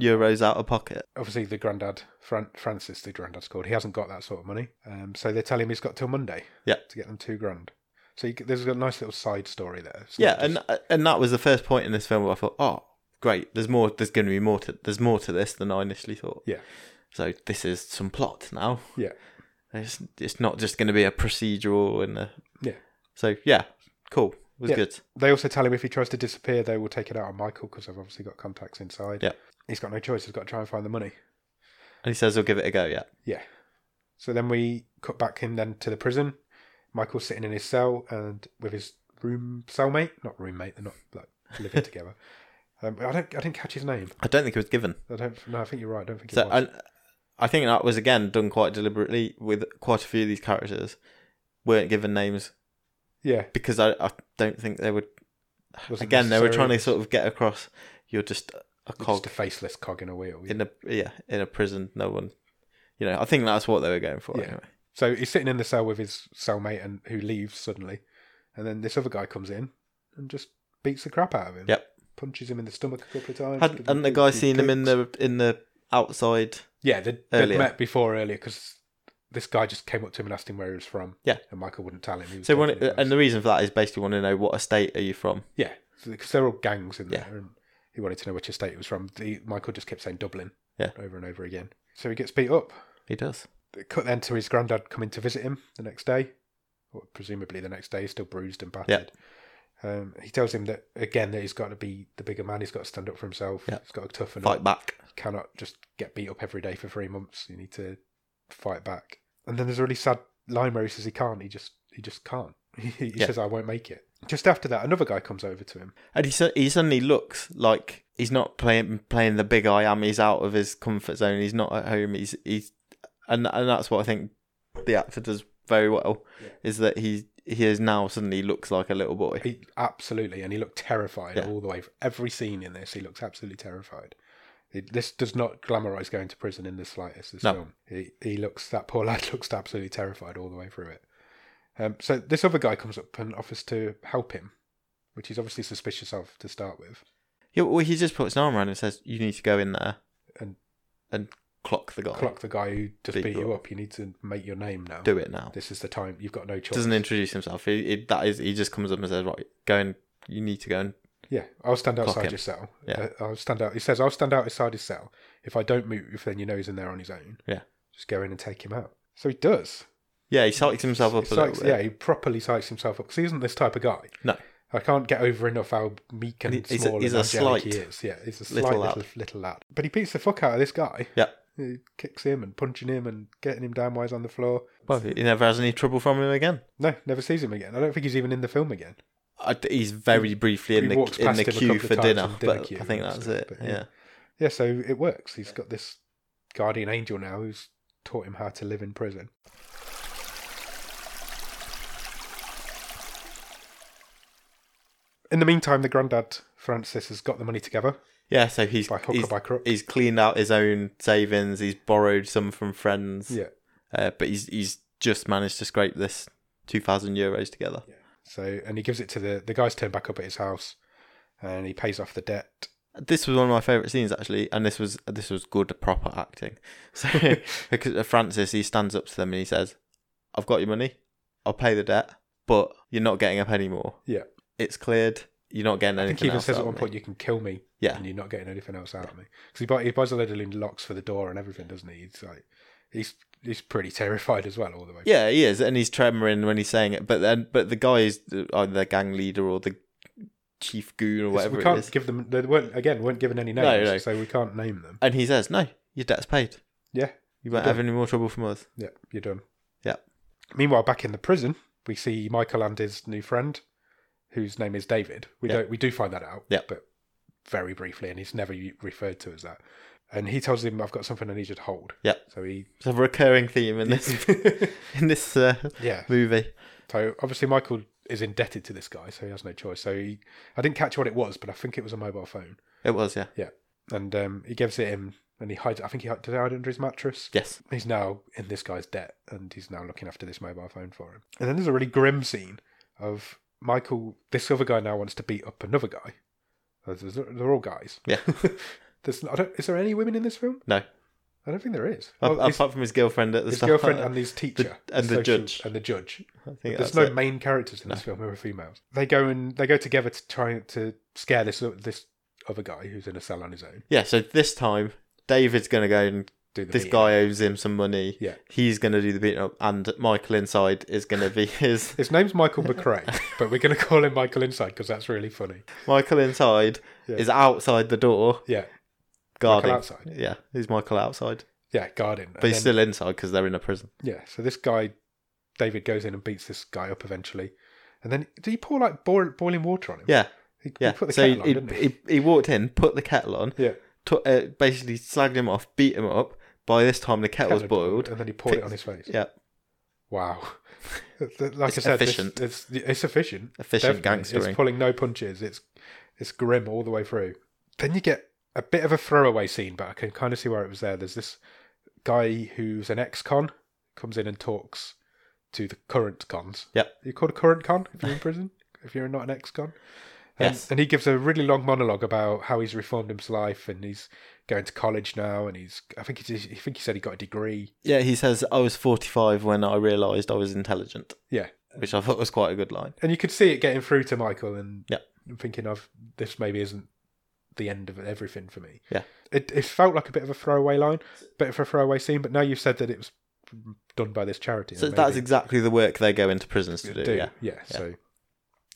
Speaker 2: euros out of pocket.
Speaker 1: obviously the granddad Fran- Francis, the granddad's called. He hasn't got that sort of money, um, so they tell him he's got till Monday.
Speaker 2: Yeah.
Speaker 1: to get them two grand. So you, g- there's a nice little side story there. It's
Speaker 2: Yeah,
Speaker 1: not just-
Speaker 2: and uh, and that was the first point in this film where I thought, oh, great. There's more. There's going to be more to. There's more to this than I initially thought.
Speaker 1: yeah,
Speaker 2: So this is some plot now.
Speaker 1: yeah,
Speaker 2: It's it's not just going to be a procedural and a
Speaker 1: Yeah.
Speaker 2: So yeah, cool. It was
Speaker 1: Yeah.
Speaker 2: good.
Speaker 1: they also tell him if he tries to disappear, they will take it out on Michael because they've obviously got contacts inside.
Speaker 2: Yeah.
Speaker 1: he's got no choice. He's got to try and find the money.
Speaker 2: And he says he'll give it a go. Yeah.
Speaker 1: Yeah. So then we cut back him then to the prison. Michael's sitting in his cell and with his room cellmate, not roommate. They're not like living together. Um, I don't. I didn't catch his name.
Speaker 2: I don't think it was given.
Speaker 1: I don't. No, I think you're right. I don't think it
Speaker 2: So
Speaker 1: was.
Speaker 2: and I think that was again done quite deliberately with quite a few of these characters weren't given names
Speaker 1: yeah.
Speaker 2: because I, I don't think they would.
Speaker 1: Wasn't
Speaker 2: again, they were
Speaker 1: necessary.
Speaker 2: trying to sort of get across. You're just a
Speaker 1: It's
Speaker 2: cog
Speaker 1: Just a faceless cog in a wheel.
Speaker 2: in a yeah in a prison. No one, you know. I think that's what they were going for.
Speaker 1: Yeah.
Speaker 2: Anyway.
Speaker 1: So he's sitting in the cell with his cellmate, and who leaves suddenly, and then this other guy comes in and just beats the crap out of him.
Speaker 2: Yep.
Speaker 1: Punches him in the stomach a couple of times.
Speaker 2: Had, hadn't the guy seen him in the in the outside?
Speaker 1: Yeah, they'd, they'd
Speaker 2: earlier?
Speaker 1: met before earlier because this guy just came up to him and asked him where he was from.
Speaker 2: Yeah.
Speaker 1: And Michael wouldn't tell him. He was
Speaker 2: So when
Speaker 1: definitely
Speaker 2: it, and the reason for that is basically want to know what estate are you from?
Speaker 1: yeah, because they're all gangs in
Speaker 2: Yeah.
Speaker 1: there, and he wanted to know which estate he was from. The, Michael just kept saying Dublin.
Speaker 2: Yeah.
Speaker 1: Over and over again. So he gets beat up.
Speaker 2: He does.
Speaker 1: They cut then to his granddad coming to visit him the next day, or presumably the next day, still bruised and battered. Um, he tells him that again that he's got to be the bigger man. He's got to stand up for himself.
Speaker 2: Yeah.
Speaker 1: He's got to toughen up.
Speaker 2: Fight back.
Speaker 1: You cannot just get beat up every day for three months. You need to fight back. And then there's a really sad line where he says he can't. He just he just can't. He, he
Speaker 2: Yeah.
Speaker 1: says I won't make it. Just after that, another guy comes over to him.
Speaker 2: And he su- he suddenly looks like he's not playing playing the big I am. He's out of his comfort zone. He's not at home. He's he's and and that's what I think the actor does very well is that he he is now suddenly looks like a little boy.
Speaker 1: He absolutely, and he looked terrified
Speaker 2: Yeah.
Speaker 1: all the way. Every scene in this, he looks absolutely terrified. It, this does not glamorize going to prison in the slightest. This
Speaker 2: No.
Speaker 1: film, he, he looks that poor lad looks absolutely terrified all the way through it. Um, so this other guy comes up and offers to help him, which he's obviously suspicious of to start with.
Speaker 2: He, well, he just puts an arm around him and says, "You need to go in there
Speaker 1: And-
Speaker 2: and clock the guy.
Speaker 1: Clock the guy who just
Speaker 2: Beat
Speaker 1: beat
Speaker 2: you
Speaker 1: you up. You need to make your name now.
Speaker 2: Do it now."
Speaker 1: This is the time. You've got no choice.
Speaker 2: doesn't introduce himself. He, he that is he just comes up and says, "Right, go and you need to go and
Speaker 1: Yeah, I'll stand
Speaker 2: Clock
Speaker 1: outside
Speaker 2: him.
Speaker 1: your cell.
Speaker 2: Yeah.
Speaker 1: Uh, I'll stand out. He says, I'll stand outside his cell. If I don't move, then you know he's in there on his own.
Speaker 2: Yeah.
Speaker 1: Just go in and take him out. So he does.
Speaker 2: Yeah, he psychs himself up
Speaker 1: He
Speaker 2: a little
Speaker 1: psychs-
Speaker 2: bit.
Speaker 1: yeah, he properly psychs himself up because he isn't this type of guy.
Speaker 2: No.
Speaker 1: I can't get over enough how meek and
Speaker 2: He- he's a-
Speaker 1: small
Speaker 2: he's
Speaker 1: and
Speaker 2: a
Speaker 1: angelic
Speaker 2: slight
Speaker 1: he is. Yeah, he's a slight
Speaker 2: little
Speaker 1: little,
Speaker 2: lad.
Speaker 1: little, lad. But he beats the fuck out of this guy.
Speaker 2: Yeah.
Speaker 1: He kicks him and punching him and getting him down while he's on the floor.
Speaker 2: Well, he never has any trouble from him again.
Speaker 1: No, never sees him again. I don't think he's even in the film again.
Speaker 2: I, he's very briefly
Speaker 1: He
Speaker 2: in
Speaker 1: walks
Speaker 2: the in
Speaker 1: past
Speaker 2: the
Speaker 1: him a
Speaker 2: queue
Speaker 1: couple of
Speaker 2: for
Speaker 1: times
Speaker 2: dinner,
Speaker 1: in dinner
Speaker 2: but
Speaker 1: queue
Speaker 2: I think
Speaker 1: and
Speaker 2: that's
Speaker 1: stuff,
Speaker 2: it.
Speaker 1: but yeah.
Speaker 2: Yeah.
Speaker 1: Yeah, so it works. He's got this guardian angel now who's taught him how to live in prison. In the meantime, the granddad Francis has got the money together
Speaker 2: Yeah, so he's
Speaker 1: by hook
Speaker 2: he's,
Speaker 1: or by crook.
Speaker 2: he's cleaned out his own savings. He's borrowed some from friends.
Speaker 1: Yeah.
Speaker 2: Uh, but he's he's just managed to scrape this two thousand euros together.
Speaker 1: So, and he gives it to the the guys. Turn back up at his house, and he pays off the debt.
Speaker 2: This was one of my favorite scenes actually, and this was this was good proper acting. So because uh, Francis he stands up to them and he says, "I've got your money. I'll pay the debt, but you're not getting a penny more.
Speaker 1: Yeah.
Speaker 2: It's cleared. You're not getting
Speaker 1: I think
Speaker 2: anything."
Speaker 1: he even
Speaker 2: else
Speaker 1: says at
Speaker 2: out of
Speaker 1: one
Speaker 2: me."
Speaker 1: point, "You can kill me,
Speaker 2: Yeah.
Speaker 1: and you're not getting anything else out of me." Because he, buy, he buys a load of little locks for the door and everything, doesn't he? He's like, he's he's pretty terrified as well all the way.
Speaker 2: Yeah, he is, and he's trembling when he's saying it. But then, but the guy is either the gang leader or the chief goon or
Speaker 1: It's-
Speaker 2: whatever
Speaker 1: we
Speaker 2: it
Speaker 1: can't
Speaker 2: is,
Speaker 1: give them. They weren't again. weren't given any names,
Speaker 2: No, no.
Speaker 1: so we can't name them.
Speaker 2: and he says, "No, your debt's paid.
Speaker 1: Yeah,
Speaker 2: You won't
Speaker 1: Yeah.
Speaker 2: have any more trouble from us."
Speaker 1: yeah, you're done.
Speaker 2: Yeah.
Speaker 1: Meanwhile, back in the prison, we see Michael and his new friend, whose name is David. We
Speaker 2: Yeah.
Speaker 1: don't. We do find that out.
Speaker 2: Yeah.
Speaker 1: but very briefly, and he's never u- referred to as that. And he tells him, "I've got something I need you to hold."
Speaker 2: Yeah.
Speaker 1: So he.
Speaker 2: It's a recurring theme in this in this uh,
Speaker 1: yeah.
Speaker 2: movie.
Speaker 1: So obviously, Michael is indebted to this guy, so he has no choice. So he, I didn't catch what it was, but I think it was a mobile phone.
Speaker 2: It was, yeah,
Speaker 1: And um, he gives it him, and he hides. I think he hid- did it hide under his mattress.
Speaker 2: yes,
Speaker 1: he's now in this guy's debt and he's now looking after this mobile phone for him. And then there's a really grim scene of Michael, this other guy now wants to beat up another guy. Uh, there's- They're all guys.
Speaker 2: Yeah.
Speaker 1: there's, I don't, is there any women in this film?
Speaker 2: No.
Speaker 1: I don't think there is.
Speaker 2: A-
Speaker 1: Well, his,
Speaker 2: apart from his girlfriend at the
Speaker 1: his
Speaker 2: start.
Speaker 1: girlfriend and his teacher.
Speaker 2: The- and the
Speaker 1: social-
Speaker 2: judge.
Speaker 1: And the judge.
Speaker 2: I think
Speaker 1: There's
Speaker 2: that's
Speaker 1: no
Speaker 2: it.
Speaker 1: main characters in this film who are females. They go and they go together to try to scare this this other guy who's in a cell on his own.
Speaker 2: Yeah, so this time David's gonna go and
Speaker 1: Do the
Speaker 2: this
Speaker 1: beating.
Speaker 2: guy owes him some money.
Speaker 1: Yeah.
Speaker 2: he's gonna do the beating up, and Michael inside is gonna be his
Speaker 1: His name's Michael McRae, but we're going to call him Michael Inside because that's really funny.
Speaker 2: Michael inside
Speaker 1: Yeah.
Speaker 2: is outside the door
Speaker 1: Yeah.
Speaker 2: guarding.
Speaker 1: outside?
Speaker 2: Yeah, he's Michael outside,
Speaker 1: Yeah, guarding. And
Speaker 2: but he's
Speaker 1: then-
Speaker 2: still inside because they're in a prison.
Speaker 1: yeah. So this guy, David, goes in and beats this guy up eventually, and then did he pour like boil, boiling water on him?
Speaker 2: Yeah,
Speaker 1: he, he
Speaker 2: yeah.
Speaker 1: put the
Speaker 2: so
Speaker 1: kettle on,
Speaker 2: he,
Speaker 1: didn't he?
Speaker 2: he, he walked in, put the kettle on,
Speaker 1: yeah,
Speaker 2: to- uh, basically slagged him off, beat him up. By this time, the kettle was
Speaker 1: Kettle had
Speaker 2: boiled.
Speaker 1: and then he poured it on his face.
Speaker 2: Yeah,
Speaker 1: Wow. like
Speaker 2: It's
Speaker 1: I said, this-
Speaker 2: efficient.
Speaker 1: It's, it's efficient.
Speaker 2: efficient
Speaker 1: definitely.
Speaker 2: gangstering.
Speaker 1: It's pulling no punches. It's it's grim all the way through. Then you get a bit of a throwaway scene, but I can kind of see where it was there. There's this guy who's an ex-con comes in and talks to the current cons.
Speaker 2: Yep.
Speaker 1: Are you called a current con if you're in prison. if you're not an ex-con. And,
Speaker 2: Yes.
Speaker 1: and he gives a really long monologue about how he's reformed his life and he's going to college now and he's I think he I think he said he got a degree.
Speaker 2: yeah, he says, "I was forty-five when I realised I was intelligent,"
Speaker 1: Yeah.
Speaker 2: which I thought was quite a good line.
Speaker 1: and you could see it getting through to Michael and
Speaker 2: Yeah.
Speaker 1: thinking of this maybe isn't the end of everything for me.
Speaker 2: Yeah.
Speaker 1: It it felt like a bit of a throwaway line, bit of a throwaway scene, but now you've said that it was done by this charity.
Speaker 2: So
Speaker 1: then
Speaker 2: that's
Speaker 1: maybe
Speaker 2: exactly the work they go into prisons to
Speaker 1: it
Speaker 2: do.
Speaker 1: do.
Speaker 2: Yeah,
Speaker 1: so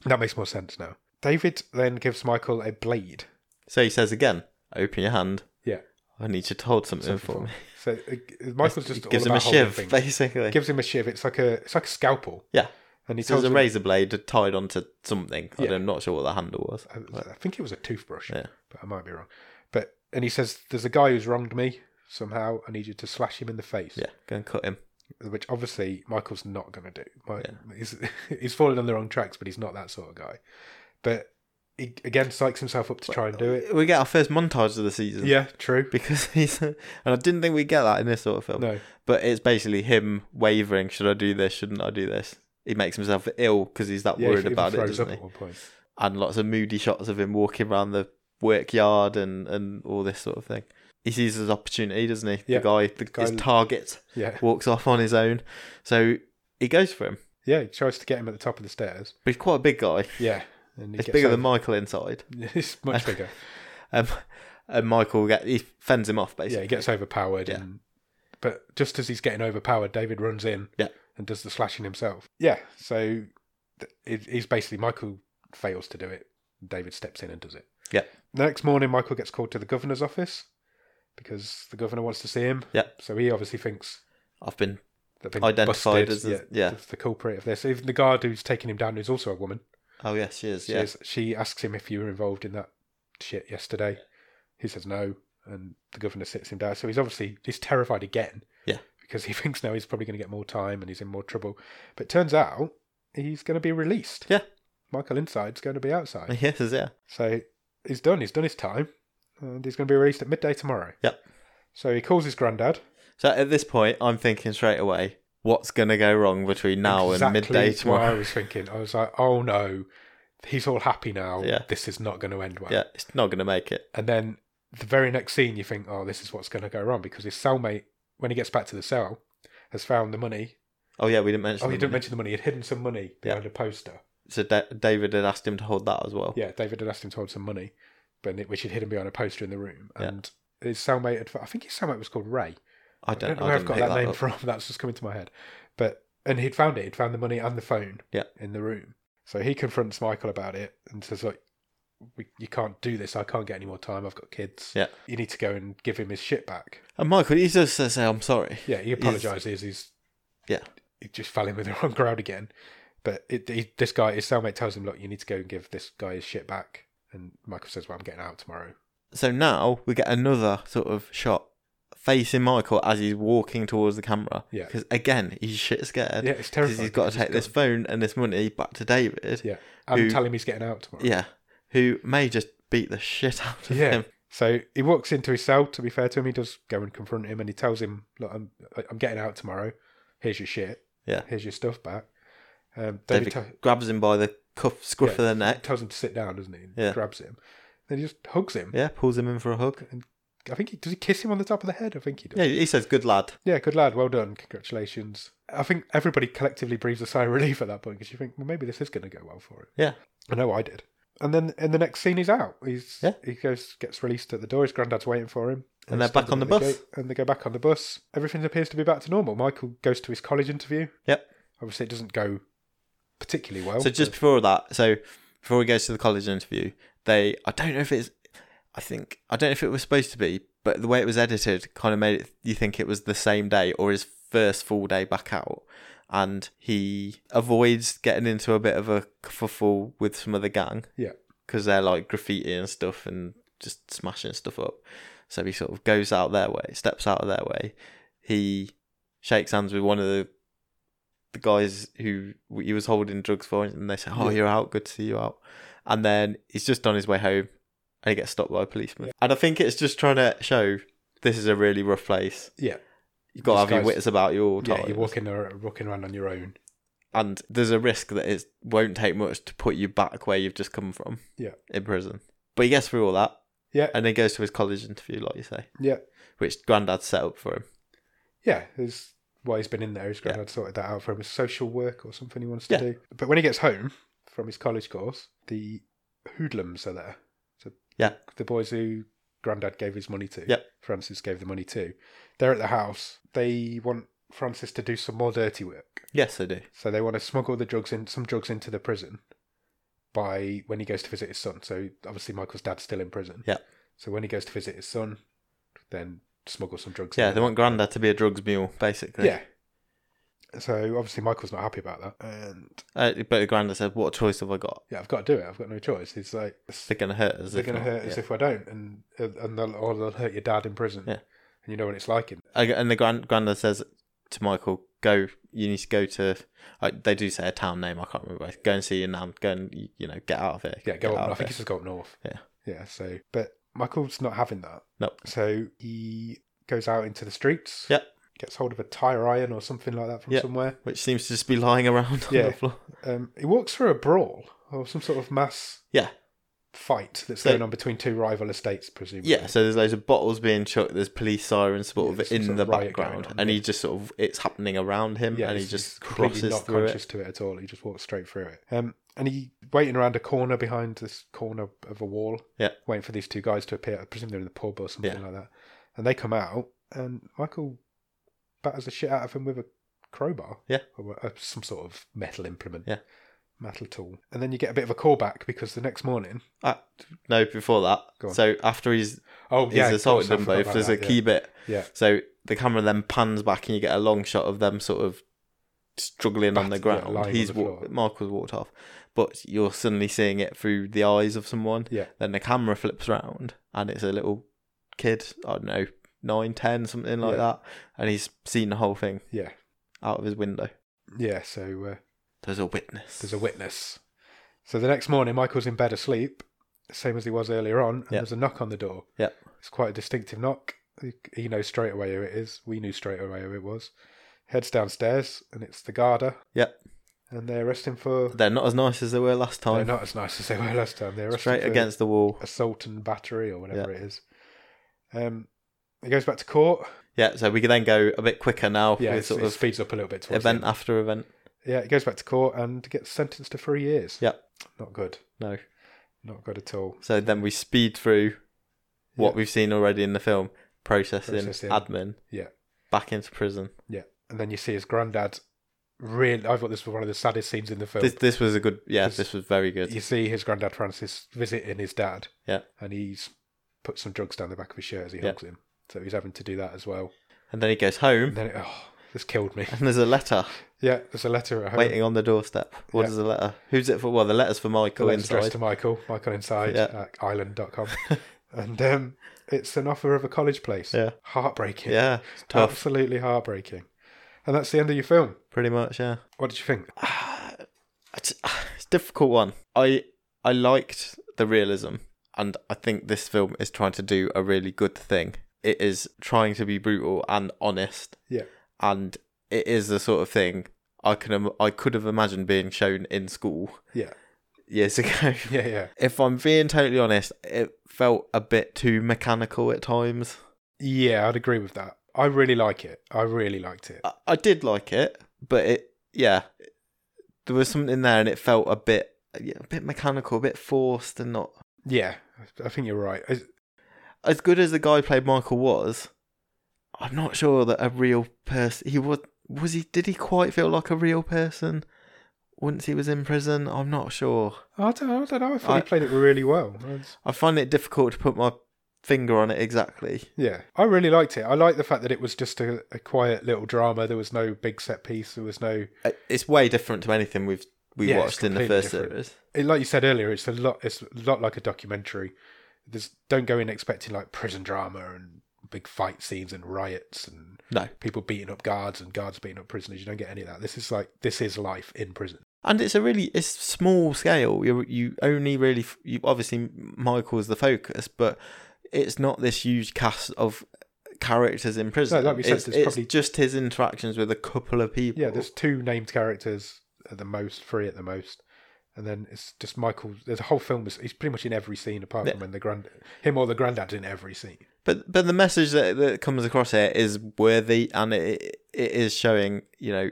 Speaker 1: that makes more sense now. David then gives Michael a blade.
Speaker 2: So he says again, "Open your hand.
Speaker 1: Yeah.
Speaker 2: I need you to hold something, for me."
Speaker 1: So uh, Michael's just
Speaker 2: He gives
Speaker 1: all
Speaker 2: him a
Speaker 1: about holding
Speaker 2: shiv,
Speaker 1: things.
Speaker 2: basically.
Speaker 1: Gives him a shiv. It's like a it's like a scalpel.
Speaker 2: Yeah.
Speaker 1: And he
Speaker 2: So it
Speaker 1: tells
Speaker 2: was a
Speaker 1: him,
Speaker 2: razor blade tied onto something. I
Speaker 1: Yeah. Uh,
Speaker 2: don't- I'm not sure what the handle was.
Speaker 1: I, I think it was a toothbrush,
Speaker 2: Yeah.
Speaker 1: but I might be wrong. But and he says, "There's a guy who's wronged me somehow. I need you to slash him in the face."
Speaker 2: Yeah, go and cut him.
Speaker 1: Which obviously Michael's not going to do. Mi- he's, he's fallen on the wrong tracks, but he's not that sort of guy. But he again psychs himself up to try and do it.
Speaker 2: We get our first montage of the season.
Speaker 1: Yeah, true.
Speaker 2: Because he's, and I didn't think we'd get that in this sort of film.
Speaker 1: No,
Speaker 2: But it's basically him wavering: should I do this? Shouldn't I do this? He makes himself ill because he's that
Speaker 1: yeah, he
Speaker 2: worried
Speaker 1: even
Speaker 2: about it,
Speaker 1: throws up
Speaker 2: doesn't he?
Speaker 1: at one point.
Speaker 2: And lots of moody shots of him walking around the work yard and and all this sort of thing. He sees his opportunity, doesn't he?
Speaker 1: Yeah.
Speaker 2: The guy, the,
Speaker 1: guy-
Speaker 2: his target,
Speaker 1: Yeah,
Speaker 2: walks off on his own, so he goes for him.
Speaker 1: yeah. He tries to get him at the top of the stairs.
Speaker 2: But he's quite a big guy.
Speaker 1: Yeah, And he
Speaker 2: It's
Speaker 1: gets
Speaker 2: bigger
Speaker 1: over-
Speaker 2: than Michael inside.
Speaker 1: It's much bigger.
Speaker 2: Um, and Michael get, he fends him off
Speaker 1: yeah, he
Speaker 2: basically.
Speaker 1: gets overpowered.
Speaker 2: Yeah.
Speaker 1: And, but just as he's getting overpowered, David runs in
Speaker 2: Yeah.
Speaker 1: and does the slashing himself. Yeah, so th- it, he's basically Michael fails to do it. David steps in and does it.
Speaker 2: Yeah.
Speaker 1: The next morning, Michael gets called to the governor's office because the governor wants to see him.
Speaker 2: Yeah.
Speaker 1: So he obviously thinks
Speaker 2: I've been
Speaker 1: they've been
Speaker 2: Identified
Speaker 1: busted,
Speaker 2: as the- yeah.
Speaker 1: as the culprit of this. Even the guard who's taking him down is also a woman.
Speaker 2: Oh yes, she is.
Speaker 1: She,
Speaker 2: Yeah.
Speaker 1: is- she asks him if you were involved in that shit yesterday. He says no, and the governor sits him down. So he's obviously he's terrified again.
Speaker 2: Yeah.
Speaker 1: Because he thinks now he's probably going to get more time and he's in more trouble. But turns out he's going to be released.
Speaker 2: Yeah.
Speaker 1: Michael Inside's going to be outside.
Speaker 2: Yes, yeah.
Speaker 1: so he's done. He's done his time, and he's going to be released at midday tomorrow.
Speaker 2: Yep.
Speaker 1: So he calls his granddad.
Speaker 2: So at this point, I'm thinking straight away, what's gonna go wrong between now
Speaker 1: Exactly
Speaker 2: and midday
Speaker 1: what
Speaker 2: tomorrow?
Speaker 1: I was thinking. I was like, oh no, he's all happy now.
Speaker 2: Yeah.
Speaker 1: This is not going to end well.
Speaker 2: Yeah, it's not gonna make it.
Speaker 1: And then the very next scene, you think, oh, this is what's going to go wrong because his cellmate, when he gets back to the cell, has found the money.
Speaker 2: Oh yeah, we didn't mention.
Speaker 1: Oh, he
Speaker 2: them.
Speaker 1: didn't mention the money. He'd hidden some money behind a poster.
Speaker 2: So da- David had asked him to hold that as well.
Speaker 1: Yeah, David had asked him to hold some money, but it- which he'd hidden behind a poster in the room.
Speaker 2: Yeah.
Speaker 1: And his cellmate, had, I think his cellmate was called Ray.
Speaker 2: I don't, know.
Speaker 1: where
Speaker 2: I
Speaker 1: I've
Speaker 2: didn't
Speaker 1: got
Speaker 2: pick
Speaker 1: that, name
Speaker 2: up.
Speaker 1: from. That's just coming to my head. But and he'd found it. He'd found the money and the phone.
Speaker 2: Yeah.
Speaker 1: In the room, so he confronts Michael about it and says, "Like, we, you can't do this. I can't get any more time. I've got kids.
Speaker 2: Yeah.
Speaker 1: You need to go and give him his shit back."
Speaker 2: And Michael, he just says, "I'm sorry."
Speaker 1: Yeah, he apologizes. He's,
Speaker 2: Yeah.
Speaker 1: he just fell in with the wrong crowd again. But it, he, this guy, his cellmate, tells him, "Look, you need to go and give this guy his shit back." And Michael says, "Well, I'm getting out tomorrow."
Speaker 2: So now we get another sort of shot facing Michael as he's walking towards the camera.
Speaker 1: Yeah.
Speaker 2: Because again, he's shit scared.
Speaker 1: Yeah, it's
Speaker 2: Because
Speaker 1: terrifying.
Speaker 2: he's got to take this phone and this money back to David.
Speaker 1: Yeah, and
Speaker 2: who-
Speaker 1: tell him he's getting out tomorrow.
Speaker 2: Yeah. Who may just beat the shit out of
Speaker 1: Yeah.
Speaker 2: him.
Speaker 1: So he walks into his cell. To be fair to him, he does go and confront him, and he tells him, "Look, I'm I'm getting out tomorrow. Here's your shit.
Speaker 2: Yeah.
Speaker 1: here's your stuff back." Um, David,
Speaker 2: David grabs him by the cuff, scruff of
Speaker 1: Yeah.
Speaker 2: the
Speaker 1: t-
Speaker 2: neck.
Speaker 1: tells him to sit down, doesn't he? And
Speaker 2: Yeah.
Speaker 1: grabs him. Then he just hugs him.
Speaker 2: Yeah, pulls him in for a hug.
Speaker 1: I think he does. He kiss him on the top of the head. I think he does.
Speaker 2: Yeah, he says, "Good lad."
Speaker 1: Yeah, good lad. Well done. Congratulations. I think everybody collectively breathes a sigh of relief at that point because you think, well, maybe this is going to go well for him.
Speaker 2: Yeah.
Speaker 1: I know I did. And then in the next scene, he's out. He's
Speaker 2: Yeah.
Speaker 1: he goes gets released at the door. His granddad's waiting for him,
Speaker 2: And they're back
Speaker 1: standing
Speaker 2: on the
Speaker 1: at
Speaker 2: bus.
Speaker 1: gate, and they go back on the bus. Everything appears to be back to normal. Michael goes to his college interview.
Speaker 2: Yep.
Speaker 1: Obviously, it doesn't go particularly well.
Speaker 2: So just before that, so before he goes to the college interview, they I don't know if it's I think I don't know if it was supposed to be, but the way it was edited kind of made it you think it was the same day or his first full day back out. And he avoids getting into a bit of a kerfuffle with some of the gang.
Speaker 1: Yeah.
Speaker 2: Because they're like graffiti and stuff and just smashing stuff up. So he sort of goes out their way, steps out of their way. He shakes hands with one of the the guys who he was holding drugs for, and they say, "Oh,
Speaker 1: Yeah.
Speaker 2: you're out. Good to see you out." And then he's just on his way home, and he gets stopped by a policeman. And I think it's just trying to show this is a really rough place.
Speaker 1: yeah,
Speaker 2: You've got
Speaker 1: These
Speaker 2: to have your
Speaker 1: guys-
Speaker 2: wits about you all the time,
Speaker 1: yeah, you're walking ar- walking around on your own.
Speaker 2: and there's a risk that it won't take much to put you back where you've just come from.
Speaker 1: Yeah.
Speaker 2: in prison. But he gets through all that,
Speaker 1: Yeah,
Speaker 2: and then goes to his college interview, like you say,
Speaker 1: yeah,
Speaker 2: which Grandad set up for him.
Speaker 1: yeah. Is why he's been in there. His
Speaker 2: Yeah.
Speaker 1: granddad sorted that out for him. It's social work or something he wants to
Speaker 2: Yeah.
Speaker 1: do. But when he gets home from his college course, the hoodlums are there. So
Speaker 2: Yeah.
Speaker 1: the boys who granddad gave his money to.
Speaker 2: Yep.
Speaker 1: Francis gave the money to. They're at the house. They want Francis to do some more dirty work.
Speaker 2: Yes, I do.
Speaker 1: So they want to smuggle the drugs in some drugs into the prison by when he goes to visit his son. So obviously Michael's dad's still in prison.
Speaker 2: Yeah.
Speaker 1: So when he goes to visit his son, then smuggle some drugs
Speaker 2: Yeah,
Speaker 1: in.
Speaker 2: they want Grandad to be a drugs mule, basically.
Speaker 1: Yeah. So obviously Michael's not happy about that, and
Speaker 2: Uh, but Grandad said, "What choice have I got?
Speaker 1: yeah, I've got to do it. I've got no choice. It's like
Speaker 2: They're gonna hurt us.
Speaker 1: they're
Speaker 2: if
Speaker 1: going to
Speaker 2: not."
Speaker 1: hurt
Speaker 2: Yeah.
Speaker 1: us if I don't, and and they'll, or they'll hurt your dad in prison.
Speaker 2: Yeah.
Speaker 1: And you know what it's like in
Speaker 2: I- and the grand granddad says to Michael, "Go. You need to go to." Uh, they do say a town name. I can't remember. Go and see your nan. Go and y- you know get out of here.
Speaker 1: yeah, go
Speaker 2: Get
Speaker 1: up.
Speaker 2: out
Speaker 1: I
Speaker 2: of
Speaker 1: think he
Speaker 2: here.
Speaker 1: just go up north.
Speaker 2: Yeah.
Speaker 1: Yeah. So, but Michael's not having that.
Speaker 2: Nope.
Speaker 1: So he goes out into the streets.
Speaker 2: Yep.
Speaker 1: Gets hold of a tire iron or something like that from
Speaker 2: Yep.
Speaker 1: somewhere.
Speaker 2: Which seems to just be lying around on
Speaker 1: Yeah.
Speaker 2: the floor.
Speaker 1: Um, he walks through a brawl or some sort of mass
Speaker 2: Yeah.
Speaker 1: fight that's
Speaker 2: So-
Speaker 1: going on between two rival estates, presumably.
Speaker 2: Yeah, so there's loads of bottles being chucked. There's police sirens sort of
Speaker 1: Yeah, some
Speaker 2: in
Speaker 1: sort
Speaker 2: the
Speaker 1: of riot going
Speaker 2: background,
Speaker 1: on,
Speaker 2: and he
Speaker 1: yeah.
Speaker 2: just sort of it's happening around him,
Speaker 1: yeah,
Speaker 2: and he
Speaker 1: he's- he's
Speaker 2: just
Speaker 1: completely
Speaker 2: crosses
Speaker 1: not
Speaker 2: through
Speaker 1: conscious
Speaker 2: it.
Speaker 1: to it at all. He just walks straight through it. Um, and he waiting around a corner behind this corner of a wall.
Speaker 2: Yeah.
Speaker 1: waiting for these two guys to appear. I presume they're in the pub or something
Speaker 2: Yeah.
Speaker 1: like that. And they come out, and Michael batters the shit out of him with a crowbar.
Speaker 2: Yeah.
Speaker 1: or a, some sort of metal implement.
Speaker 2: Yeah.
Speaker 1: metal tool. And then you get a bit of a callback because the next morning.
Speaker 2: Ah, no, before
Speaker 1: Go
Speaker 2: that,
Speaker 1: on.
Speaker 2: so after he's
Speaker 1: Oh yeah,
Speaker 2: he's
Speaker 1: of course,
Speaker 2: assaulted
Speaker 1: I
Speaker 2: them
Speaker 1: forgot
Speaker 2: both,
Speaker 1: about
Speaker 2: there's
Speaker 1: that,
Speaker 2: a
Speaker 1: yeah.
Speaker 2: key bit.
Speaker 1: Yeah.
Speaker 2: So the camera then pans back, and you get a long shot of them sort of struggling on
Speaker 1: Bat-
Speaker 2: the
Speaker 1: yeah,
Speaker 2: ground.
Speaker 1: lying on
Speaker 2: he's
Speaker 1: the
Speaker 2: wa-
Speaker 1: floor.
Speaker 2: Michael's walked off, but you're suddenly seeing it through the eyes of someone.
Speaker 1: Yeah.
Speaker 2: Then the camera flips round, and it's a little kid. I don't know. Nine, ten, something like
Speaker 1: Yeah.
Speaker 2: that, and he's seen the whole thing
Speaker 1: Yeah,
Speaker 2: out of his window.
Speaker 1: yeah. So uh,
Speaker 2: There's a witness.
Speaker 1: There's a witness. So the next morning, Michael's in bed asleep, same as he was earlier on, and
Speaker 2: Yeah.
Speaker 1: there's a knock on the door.
Speaker 2: Yeah.
Speaker 1: It's quite a distinctive knock. He knows straight away who it is. We knew straight away who it was. Heads downstairs, and it's the garda.
Speaker 2: Yeah.
Speaker 1: And they arrest him for.
Speaker 2: They're not as nice as they were last
Speaker 1: They're
Speaker 2: time.
Speaker 1: not as nice as they were last time. They arrest
Speaker 2: Straight
Speaker 1: him for
Speaker 2: against the wall.
Speaker 1: assault and battery or whatever it is. Um, he goes back to court.
Speaker 2: Yeah, so we can then go a bit quicker now.
Speaker 1: Yeah,
Speaker 2: with
Speaker 1: it
Speaker 2: sort
Speaker 1: it
Speaker 2: of
Speaker 1: speeds up a little bit. Towards the
Speaker 2: event
Speaker 1: end.
Speaker 2: after event.
Speaker 1: Yeah, he goes back to court and gets sentenced to three years.
Speaker 2: Yeah.
Speaker 1: Not good.
Speaker 2: No.
Speaker 1: Not good at all.
Speaker 2: So then we speed through what
Speaker 1: Yeah.
Speaker 2: we've seen already in the film processing,
Speaker 1: Processing.
Speaker 2: admin.
Speaker 1: Yeah.
Speaker 2: Back into prison.
Speaker 1: Yeah, and then you see his granddad. Really, I thought this was one of the saddest scenes in the film.
Speaker 2: This this was a good. Yeah,
Speaker 1: This-
Speaker 2: this was very good.
Speaker 1: you see his granddad Francis visiting his dad.
Speaker 2: Yeah.
Speaker 1: and he's put some drugs down the back of his shirt as he
Speaker 2: Yeah.
Speaker 1: hugs him. So he's having to do that as well.
Speaker 2: And then he goes
Speaker 1: And
Speaker 2: home,
Speaker 1: then it, oh, this killed me.
Speaker 2: and there's a letter
Speaker 1: Yeah, there's a letter at home.
Speaker 2: waiting on the doorstep. What
Speaker 1: Yeah.
Speaker 2: is the letter? Who's it for? Well, the letter's for
Speaker 1: the
Speaker 2: Michael
Speaker 1: letter's addressed
Speaker 2: inside.
Speaker 1: to Michael, Michael Inside
Speaker 2: Yeah.
Speaker 1: at island.com. and um, it's an offer of a college place.
Speaker 2: Yeah.
Speaker 1: Heartbreaking.
Speaker 2: Yeah, it's tough.
Speaker 1: Absolutely heartbreaking. And that's the end of your film.
Speaker 2: Pretty much. Yeah.
Speaker 1: What did you think?
Speaker 2: it's, it's a difficult one. I I liked the realism, and I think this film is trying to do a really good thing. It is trying to be brutal and honest,
Speaker 1: Yeah.
Speaker 2: and it is the sort of thing I can im- I could have imagined being shown in school
Speaker 1: Yeah.
Speaker 2: years ago.
Speaker 1: Yeah, yeah.
Speaker 2: If I'm being totally honest, it felt a bit too mechanical at times.
Speaker 1: Yeah, I'd agree with that. I really like it. I really liked it.
Speaker 2: I, I did like it, but it yeah, there was something there, and it felt a bit yeah, a bit mechanical, a bit forced, and not
Speaker 1: Yeah, I- I think you're right. I-
Speaker 2: as good as the guy who played Michael was, I'm not sure that a real person he was was he did he quite feel like a real person once he was in prison? I'm not sure.
Speaker 1: I don't, I don't know. I thought
Speaker 2: I-
Speaker 1: he played it really well. I was-
Speaker 2: I find it difficult to put my finger on it exactly.
Speaker 1: yeah, I really liked it. I liked the fact that it was just a, a quiet little drama. There was no big set piece. There was no,
Speaker 2: Uh, It's way different to anything we've we
Speaker 1: Yeah, it's
Speaker 2: watched in the
Speaker 1: completely
Speaker 2: first
Speaker 1: different.
Speaker 2: series.
Speaker 1: it, like you said earlier, it's a lot. It's a lot like a documentary. There's don't go in expecting like prison drama and big fight scenes and riots and
Speaker 2: No.
Speaker 1: people beating up guards and guards beating up prisoners. You don't get any of that. This is like this is life in prison.
Speaker 2: And it's a really it's small scale. You you only really f- you obviously Michael's the focus, but it's not this huge cast of characters in prison.
Speaker 1: like we said,
Speaker 2: it's,
Speaker 1: there's
Speaker 2: it's
Speaker 1: probably-
Speaker 2: just his interactions with a couple of people.
Speaker 1: Yeah, there's two named characters at the most, three at the most, and then it's just Michael. There's a whole film. is- He's pretty much in every scene apart from when the grand him or the granddad's in every scene.
Speaker 2: But but the message that, that comes across here is worthy, and it it is showing you know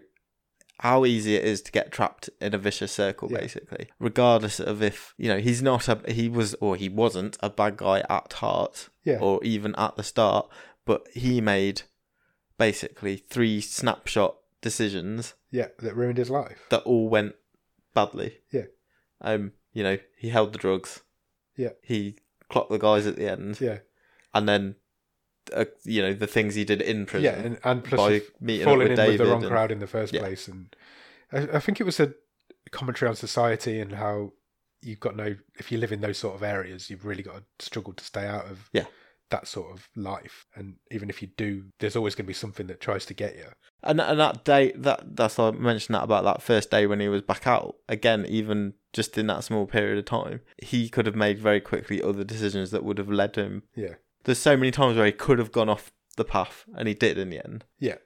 Speaker 2: how easy it is to get trapped in a vicious circle,
Speaker 1: Yeah.
Speaker 2: basically. Regardless of if you know he's not a he was or he wasn't a bad guy at heart,
Speaker 1: Yeah.
Speaker 2: or even at the start, but he made basically three snapshot decisions
Speaker 1: Yeah, that ruined his life.
Speaker 2: that all went badly.
Speaker 1: Yeah.
Speaker 2: Um. You know he held the drugs.
Speaker 1: Yeah.
Speaker 2: He clocked the guys at the end
Speaker 1: Yeah,
Speaker 2: and then uh, you know the things he did in prison
Speaker 1: yeah, and, and plus
Speaker 2: by
Speaker 1: you've
Speaker 2: meeting up
Speaker 1: fallen
Speaker 2: with
Speaker 1: in
Speaker 2: David.
Speaker 1: with the wrong
Speaker 2: and-
Speaker 1: crowd in the first
Speaker 2: Yeah.
Speaker 1: place, and I, I think it was a commentary on society and how you've got no. If you live in those sort of areas, you've really got to struggle to stay out of.
Speaker 2: Yeah.
Speaker 1: That sort of life, and even if you do, there's always going to be something that tries to get you.
Speaker 2: And, and that day that that's I mentioned that about that first day when he was back out again, even just in that small period of time, he could have made very quickly other decisions that would have led him.
Speaker 1: Yeah.
Speaker 2: There's so many times where he could have gone off the path, and he did in the end.
Speaker 1: Yeah.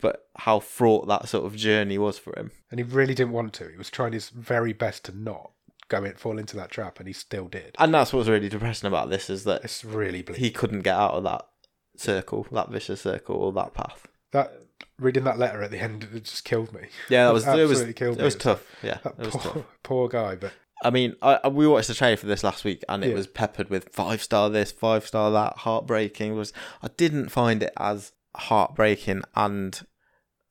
Speaker 2: But how fraught that sort of journey was for him.
Speaker 1: and he really didn't want to. He was trying his very best to not go in, fall into that trap, and he still did.
Speaker 2: And that's what's really depressing about this is that
Speaker 1: It's really bleak.
Speaker 2: he couldn't get out of that circle, that vicious circle or that path.
Speaker 1: that reading that letter at the end it just killed me.
Speaker 2: Yeah, that was it was
Speaker 1: Absolutely killed
Speaker 2: it
Speaker 1: me.
Speaker 2: was tough. Yeah,
Speaker 1: That
Speaker 2: it was
Speaker 1: poor,
Speaker 2: tough.
Speaker 1: poor guy, but
Speaker 2: I mean, I, I- we watched the trailer for this last week, and it
Speaker 1: Yeah.
Speaker 2: was peppered with five star this, five star that, heartbreaking. Was I didn't find it as heartbreaking, and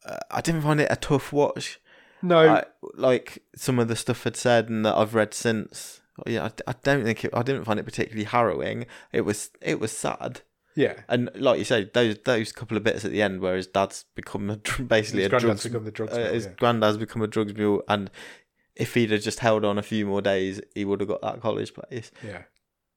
Speaker 2: uh, I didn't find it a tough watch.
Speaker 1: no,
Speaker 2: I, like some of the stuff had said and that I've read since. Yeah, I, I don't think it, I didn't find it particularly harrowing. It was it was sad,
Speaker 1: yeah.
Speaker 2: and like you say, those those couple of bits at the end where his dad's become a, dr- basically
Speaker 1: His
Speaker 2: a
Speaker 1: granddad's
Speaker 2: drugs
Speaker 1: become the drugs.
Speaker 2: uh,
Speaker 1: man,
Speaker 2: his
Speaker 1: yeah.
Speaker 2: granddad's become a drugs mule, and if he'd have just held on a few more days, he would have got that college place.
Speaker 1: yeah,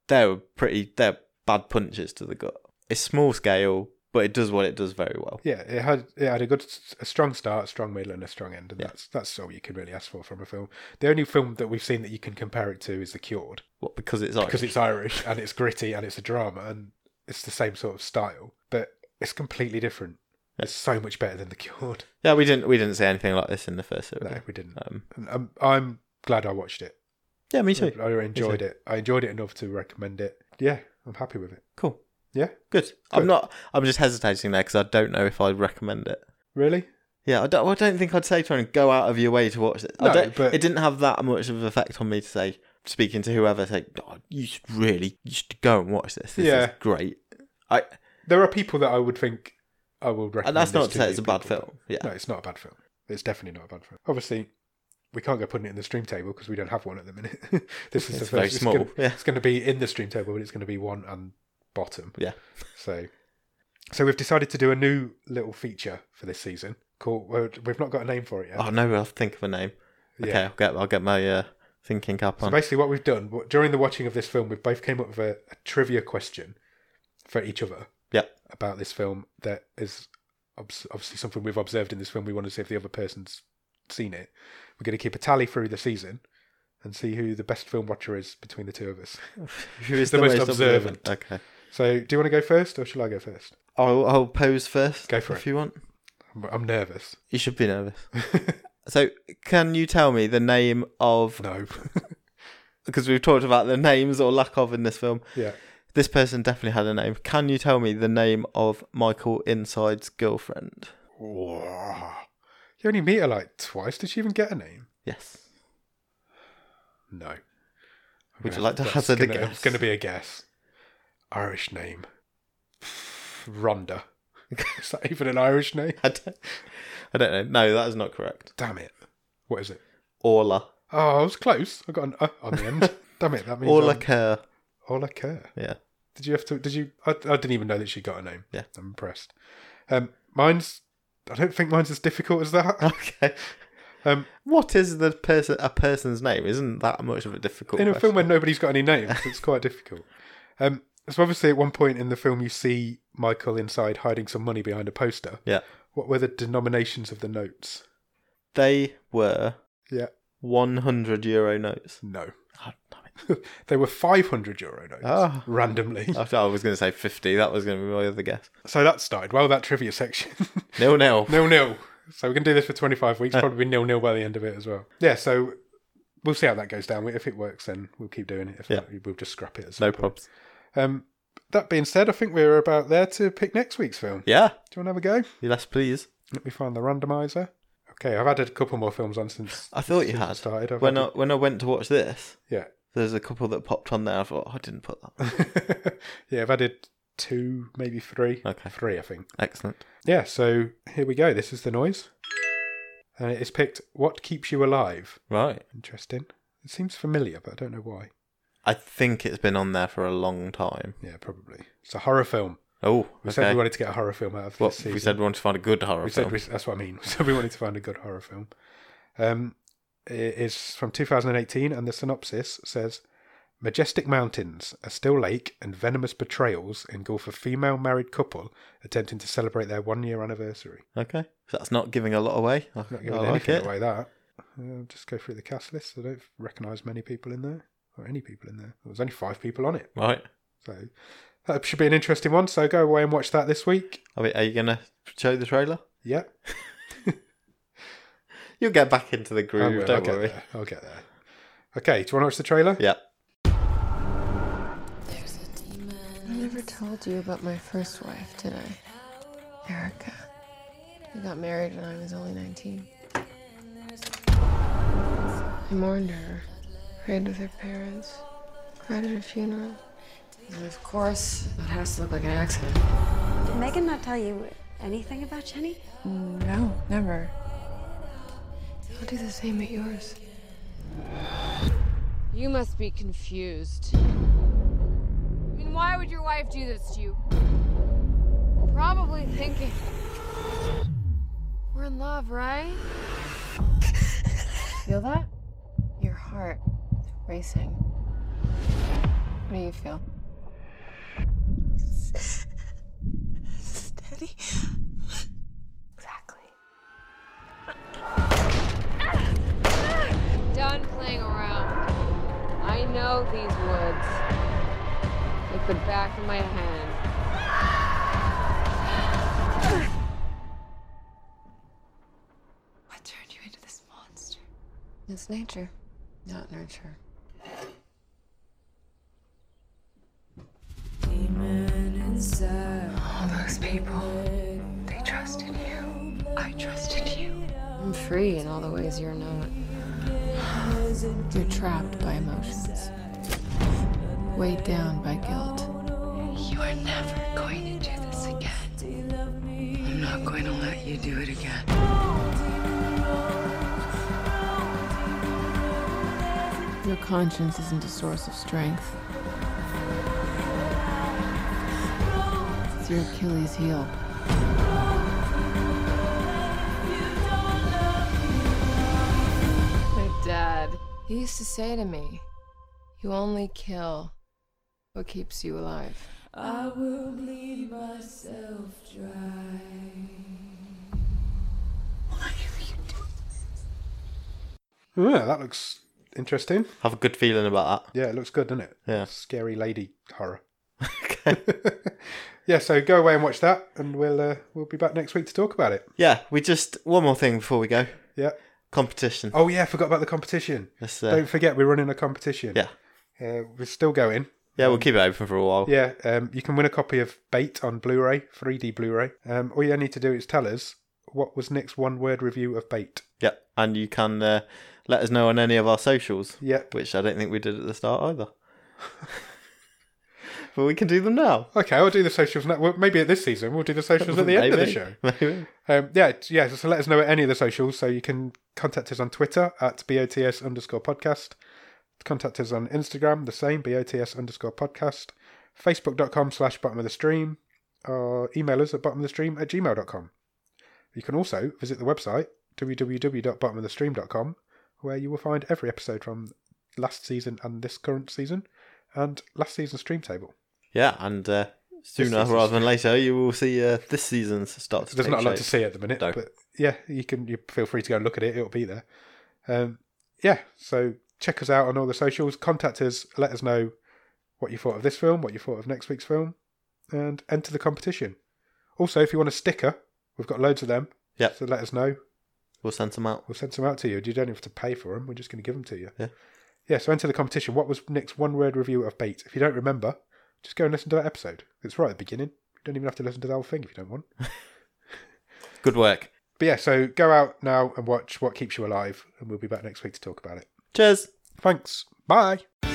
Speaker 2: They were pretty, they're bad punches to the gut. It's small scale, but it does what it does very well.
Speaker 1: yeah. It had it had a good, a strong start, a strong middle, and a strong end, and
Speaker 2: Yeah.
Speaker 1: that's that's all you can really ask for from a film. The only film that we've seen that you can compare it to is The Cured
Speaker 2: What because it's like
Speaker 1: because it's Irish and it's gritty and it's a drama and it's the same sort of style, but it's completely different. It's so much better than The Cured.
Speaker 2: yeah, we didn't we didn't say anything like this in the first
Speaker 1: No,
Speaker 2: episode.
Speaker 1: we didn't.
Speaker 2: Um,
Speaker 1: And I'm, I'm glad I watched it.
Speaker 2: yeah, me too.
Speaker 1: I enjoyed it. I enjoyed it enough to recommend it. Yeah, I'm happy with it.
Speaker 2: Cool,
Speaker 1: Yeah,
Speaker 2: good. I'm
Speaker 1: Good.
Speaker 2: not. I'm just hesitating there because I don't know if I'd recommend it.
Speaker 1: really.
Speaker 2: Yeah, I don't. I don't think I'd say to anyone, go out of your way to watch it. I
Speaker 1: No,
Speaker 2: don't,
Speaker 1: but-
Speaker 2: it didn't have that much of an effect on me to say speaking to whoever say oh, you should really you should go and watch this. This is
Speaker 1: Yeah.
Speaker 2: great. I
Speaker 1: There are people that I would think I will recommend.
Speaker 2: and that's
Speaker 1: this
Speaker 2: not to say it's
Speaker 1: these
Speaker 2: a bad
Speaker 1: people.
Speaker 2: film. Yeah,
Speaker 1: No, it's not a bad film. It's definitely not a bad film. Obviously, we can't go putting it in the stream table because we don't have one at the minute. this is the
Speaker 2: it's
Speaker 1: first.
Speaker 2: very
Speaker 1: it's
Speaker 2: small.
Speaker 1: Gonna,
Speaker 2: yeah,
Speaker 1: it's going to be in the stream table, but it's going to be one and bottom.
Speaker 2: Yeah.
Speaker 1: So, so we've decided to do a new little feature for this season. Called well, we've not got a name for it yet.
Speaker 2: oh no, I'll think of a name.
Speaker 1: Yeah.
Speaker 2: Okay, I'll get I'll get my uh, thinking cap
Speaker 1: So
Speaker 2: on.
Speaker 1: basically, what we've done what, during the watching of this film, we've both came up with a, a trivia question for each other.
Speaker 2: Yeah.
Speaker 1: About this film that is obs- obviously something we've observed in this film. We want to see if the other person's seen it. We're going to keep a tally through the season and see who the best film watcher is between the two of us.
Speaker 2: Who is
Speaker 1: the most observant.
Speaker 2: Okay,
Speaker 1: So, do you want to go first, or shall I go first?
Speaker 2: I'll I'll pose first.
Speaker 1: Go for
Speaker 2: if you want.
Speaker 1: I'm, I'm nervous.
Speaker 2: You should be nervous. so, can you tell me the name of
Speaker 1: No.
Speaker 2: because we've talked about the names or lack of in this film.
Speaker 1: yeah.
Speaker 2: This person definitely had a name. Can you tell me the name of Michael Inside's girlfriend?
Speaker 1: You only meet her like twice. Did she even get a name?
Speaker 2: Yes.
Speaker 1: No. I'm
Speaker 2: Would
Speaker 1: gonna-
Speaker 2: you like to
Speaker 1: that's
Speaker 2: hazard a
Speaker 1: gonna-
Speaker 2: guess?
Speaker 1: It's going to be a guess. Irish name. Rhonda. is that even an Irish name?
Speaker 2: I don't, I don't know. No, that is not correct.
Speaker 1: Damn it. What is it?
Speaker 2: Orla.
Speaker 1: Oh, I was close. I got an uh on the end. Damn it. That means
Speaker 2: Orla
Speaker 1: Orla,
Speaker 2: Kerr.
Speaker 1: Orla Kerr.
Speaker 2: Yeah.
Speaker 1: Did you have to? Did you? I, I didn't even know that she got a name.
Speaker 2: Yeah.
Speaker 1: I'm impressed. Um, mine's. I don't think mine's as difficult as that.
Speaker 2: Okay.
Speaker 1: Um,
Speaker 2: What is the person a person's name? Isn't that much of a difficult
Speaker 1: in a film
Speaker 2: question.
Speaker 1: where nobody's got any names, it's quite difficult. Um, so obviously, at one point in the film, you see Michael inside hiding some money behind a poster.
Speaker 2: Yeah.
Speaker 1: What were the denominations of the notes?
Speaker 2: They were
Speaker 1: Yeah.
Speaker 2: 100 euro notes.
Speaker 1: No,
Speaker 2: Oh, damn
Speaker 1: they were five hundred euro notes
Speaker 2: Ah.
Speaker 1: randomly.
Speaker 2: it. I was going to say 50. That was going to be my other guess.
Speaker 1: So that started well. That trivia section
Speaker 2: Nil nil.
Speaker 1: nil nil. So we can do this for twenty five weeks. Probably nil nil by the end of it as well. Yeah. So we'll see how that goes down. If it works, then we'll keep doing it. If
Speaker 2: Yeah.
Speaker 1: not, we'll just scrap it. At some
Speaker 2: No
Speaker 1: point.
Speaker 2: probs.
Speaker 1: Um, that being said, I think we're about there to pick next week's film.
Speaker 2: Yeah.
Speaker 1: Do you want to have a go?
Speaker 2: Yes, please.
Speaker 1: Let me find the randomizer. Okay, I've added a couple more films on since
Speaker 2: I thought you
Speaker 1: since it
Speaker 2: had.
Speaker 1: started. I've
Speaker 2: when I,
Speaker 1: added-
Speaker 2: when I went to watch this,
Speaker 1: Yeah.
Speaker 2: there's a couple that popped on there. I thought "Oh, I didn't put that.
Speaker 1: yeah, I've added two, maybe three.
Speaker 2: Okay.
Speaker 1: Three, I think.
Speaker 2: Excellent.
Speaker 1: Yeah, so here we go. This is the noise. And it's picked What Keeps You Alive.
Speaker 2: Right.
Speaker 1: Interesting. It seems familiar, but I don't know why.
Speaker 2: I think it's been on there for a long time.
Speaker 1: Yeah, probably. It's a horror film.
Speaker 2: Oh,
Speaker 1: We said
Speaker 2: okay.
Speaker 1: we wanted to get a horror film out of this
Speaker 2: Well,
Speaker 1: season.
Speaker 2: we said we wanted to find a good horror
Speaker 1: We
Speaker 2: film.
Speaker 1: said we, that's what I mean. So we wanted to find a good horror film. Um, it is from 2018, and the synopsis says: "Majestic mountains, a still lake, and venomous betrayals engulf a female married couple attempting to celebrate their one-year anniversary."
Speaker 2: Okay. So that's not giving a lot away. I,
Speaker 1: Not
Speaker 2: I
Speaker 1: giving
Speaker 2: like
Speaker 1: anything
Speaker 2: it.
Speaker 1: away that. Uh, just go through the cast list. I don't recognise many people in there, or any people in there. There was only five people on it,
Speaker 2: Right.
Speaker 1: so that should be an interesting one. So go away and watch that this week.
Speaker 2: Are, we, are you going to show the trailer?
Speaker 1: Yeah,
Speaker 2: You'll get back into the
Speaker 1: I will.
Speaker 2: groove,
Speaker 1: I'll
Speaker 2: don't
Speaker 1: get
Speaker 2: worry.
Speaker 1: there. I'll get there. Okay, do you want to watch the trailer?
Speaker 2: Yeah.
Speaker 3: There's a
Speaker 4: I
Speaker 3: demon
Speaker 4: never told you about my first wife, did I? Erica. We got married when I was only 19. I mourned her, prayed with her parents, cried at her funeral. And of course, it has to look like an accident.
Speaker 5: Did Megan not tell you anything about Jenny?
Speaker 4: No, never. I'll do the same at yours.
Speaker 6: You must be confused. I mean, why would your wife do this to you? Probably thinking. We're in love, right?
Speaker 4: Feel that? Your heart racing. What do you feel? Steady. Exactly.
Speaker 6: Done playing around. I know these woods. Like the back of my hand.
Speaker 4: What turned you into this monster? It's nature, not nurture. All those people, they trusted you. I trusted you.
Speaker 6: I'm free in all the ways you're not.
Speaker 4: You're trapped by emotions, weighed down by guilt. You are never going to do this again. I'm not going to let you do it again. Your conscience isn't a source of strength. It's your Achilles heel. My dad, he used to say to me, You only kill what keeps you alive.
Speaker 3: I will bleed myself dry.
Speaker 1: Yeah, that looks interesting.
Speaker 2: Have a good feeling about
Speaker 1: Yeah, it looks good, doesn't it?
Speaker 2: Yeah.
Speaker 1: Scary lady horror.
Speaker 2: that. okay.
Speaker 1: yeah, so go away and watch that, and we'll uh, we'll be back next week to talk about it.
Speaker 2: Yeah, we just one more thing before we go.
Speaker 1: Yeah.
Speaker 2: Competition.
Speaker 1: Oh yeah, I forgot about the competition.
Speaker 2: Let's, uh,
Speaker 1: Don't forget, we're running a competition.
Speaker 2: Yeah.
Speaker 1: Uh, we're still going.
Speaker 2: Yeah, we'll keep it open for a while.
Speaker 1: Yeah, um, you can win a copy of Bait on Blu-ray, 3D Blu-ray. Um, all you need to do is tell us what was Nick's one-word review of Bait.
Speaker 2: Yeah, and you can uh, let us know on any of our socials.
Speaker 1: Yeah.
Speaker 2: Which I don't think we did at the start either. but we can do them now.
Speaker 1: Okay, I'll do the socials now. Well, maybe at this season, we'll do the socials at the end of the
Speaker 2: Maybe.
Speaker 1: show.
Speaker 2: Maybe.
Speaker 1: Um, yeah, t- yeah. So let us know at any of the socials. So you can contact us on Twitter at bots underscore podcast. Contact us on Instagram, the same bots underscore podcast. Facebook.com slash bottom of the stream. Or email us at bottom of the stream at gmail.com. You can also visit the website www.bottomofthestream.com where you will find every episode from last season and this current season and last season's stream table.
Speaker 2: Yeah, and uh, sooner
Speaker 1: season's-
Speaker 2: rather than later, you will see uh, this season's start to
Speaker 1: There's
Speaker 2: take
Speaker 1: not a lot
Speaker 2: shape.
Speaker 1: to see at the minute,
Speaker 2: No.
Speaker 1: but yeah, you can you feel free to go and look at it. It'll be there. Um, yeah, so check us out on all the socials. Contact us. Let us know what you thought of this film, what you thought of next week's film, and enter the competition. Also, if you want a sticker, we've got loads of them.
Speaker 2: Yep.
Speaker 1: So let us know.
Speaker 2: We'll send them out.
Speaker 1: We'll send some out to you. You don't have to pay for them. We're just going to give them to you.
Speaker 2: Yeah.
Speaker 1: Yeah. So enter the competition. What was Nick's one-word review of Bait? If you don't remember, just go and listen to that episode. It's right at the beginning. You don't even have to listen to the whole thing if you don't want.
Speaker 2: Good work.
Speaker 1: But yeah, so go out now and watch What Keeps You Alive, and we'll be back next week to talk about it.
Speaker 2: Cheers.
Speaker 1: Thanks. Bye.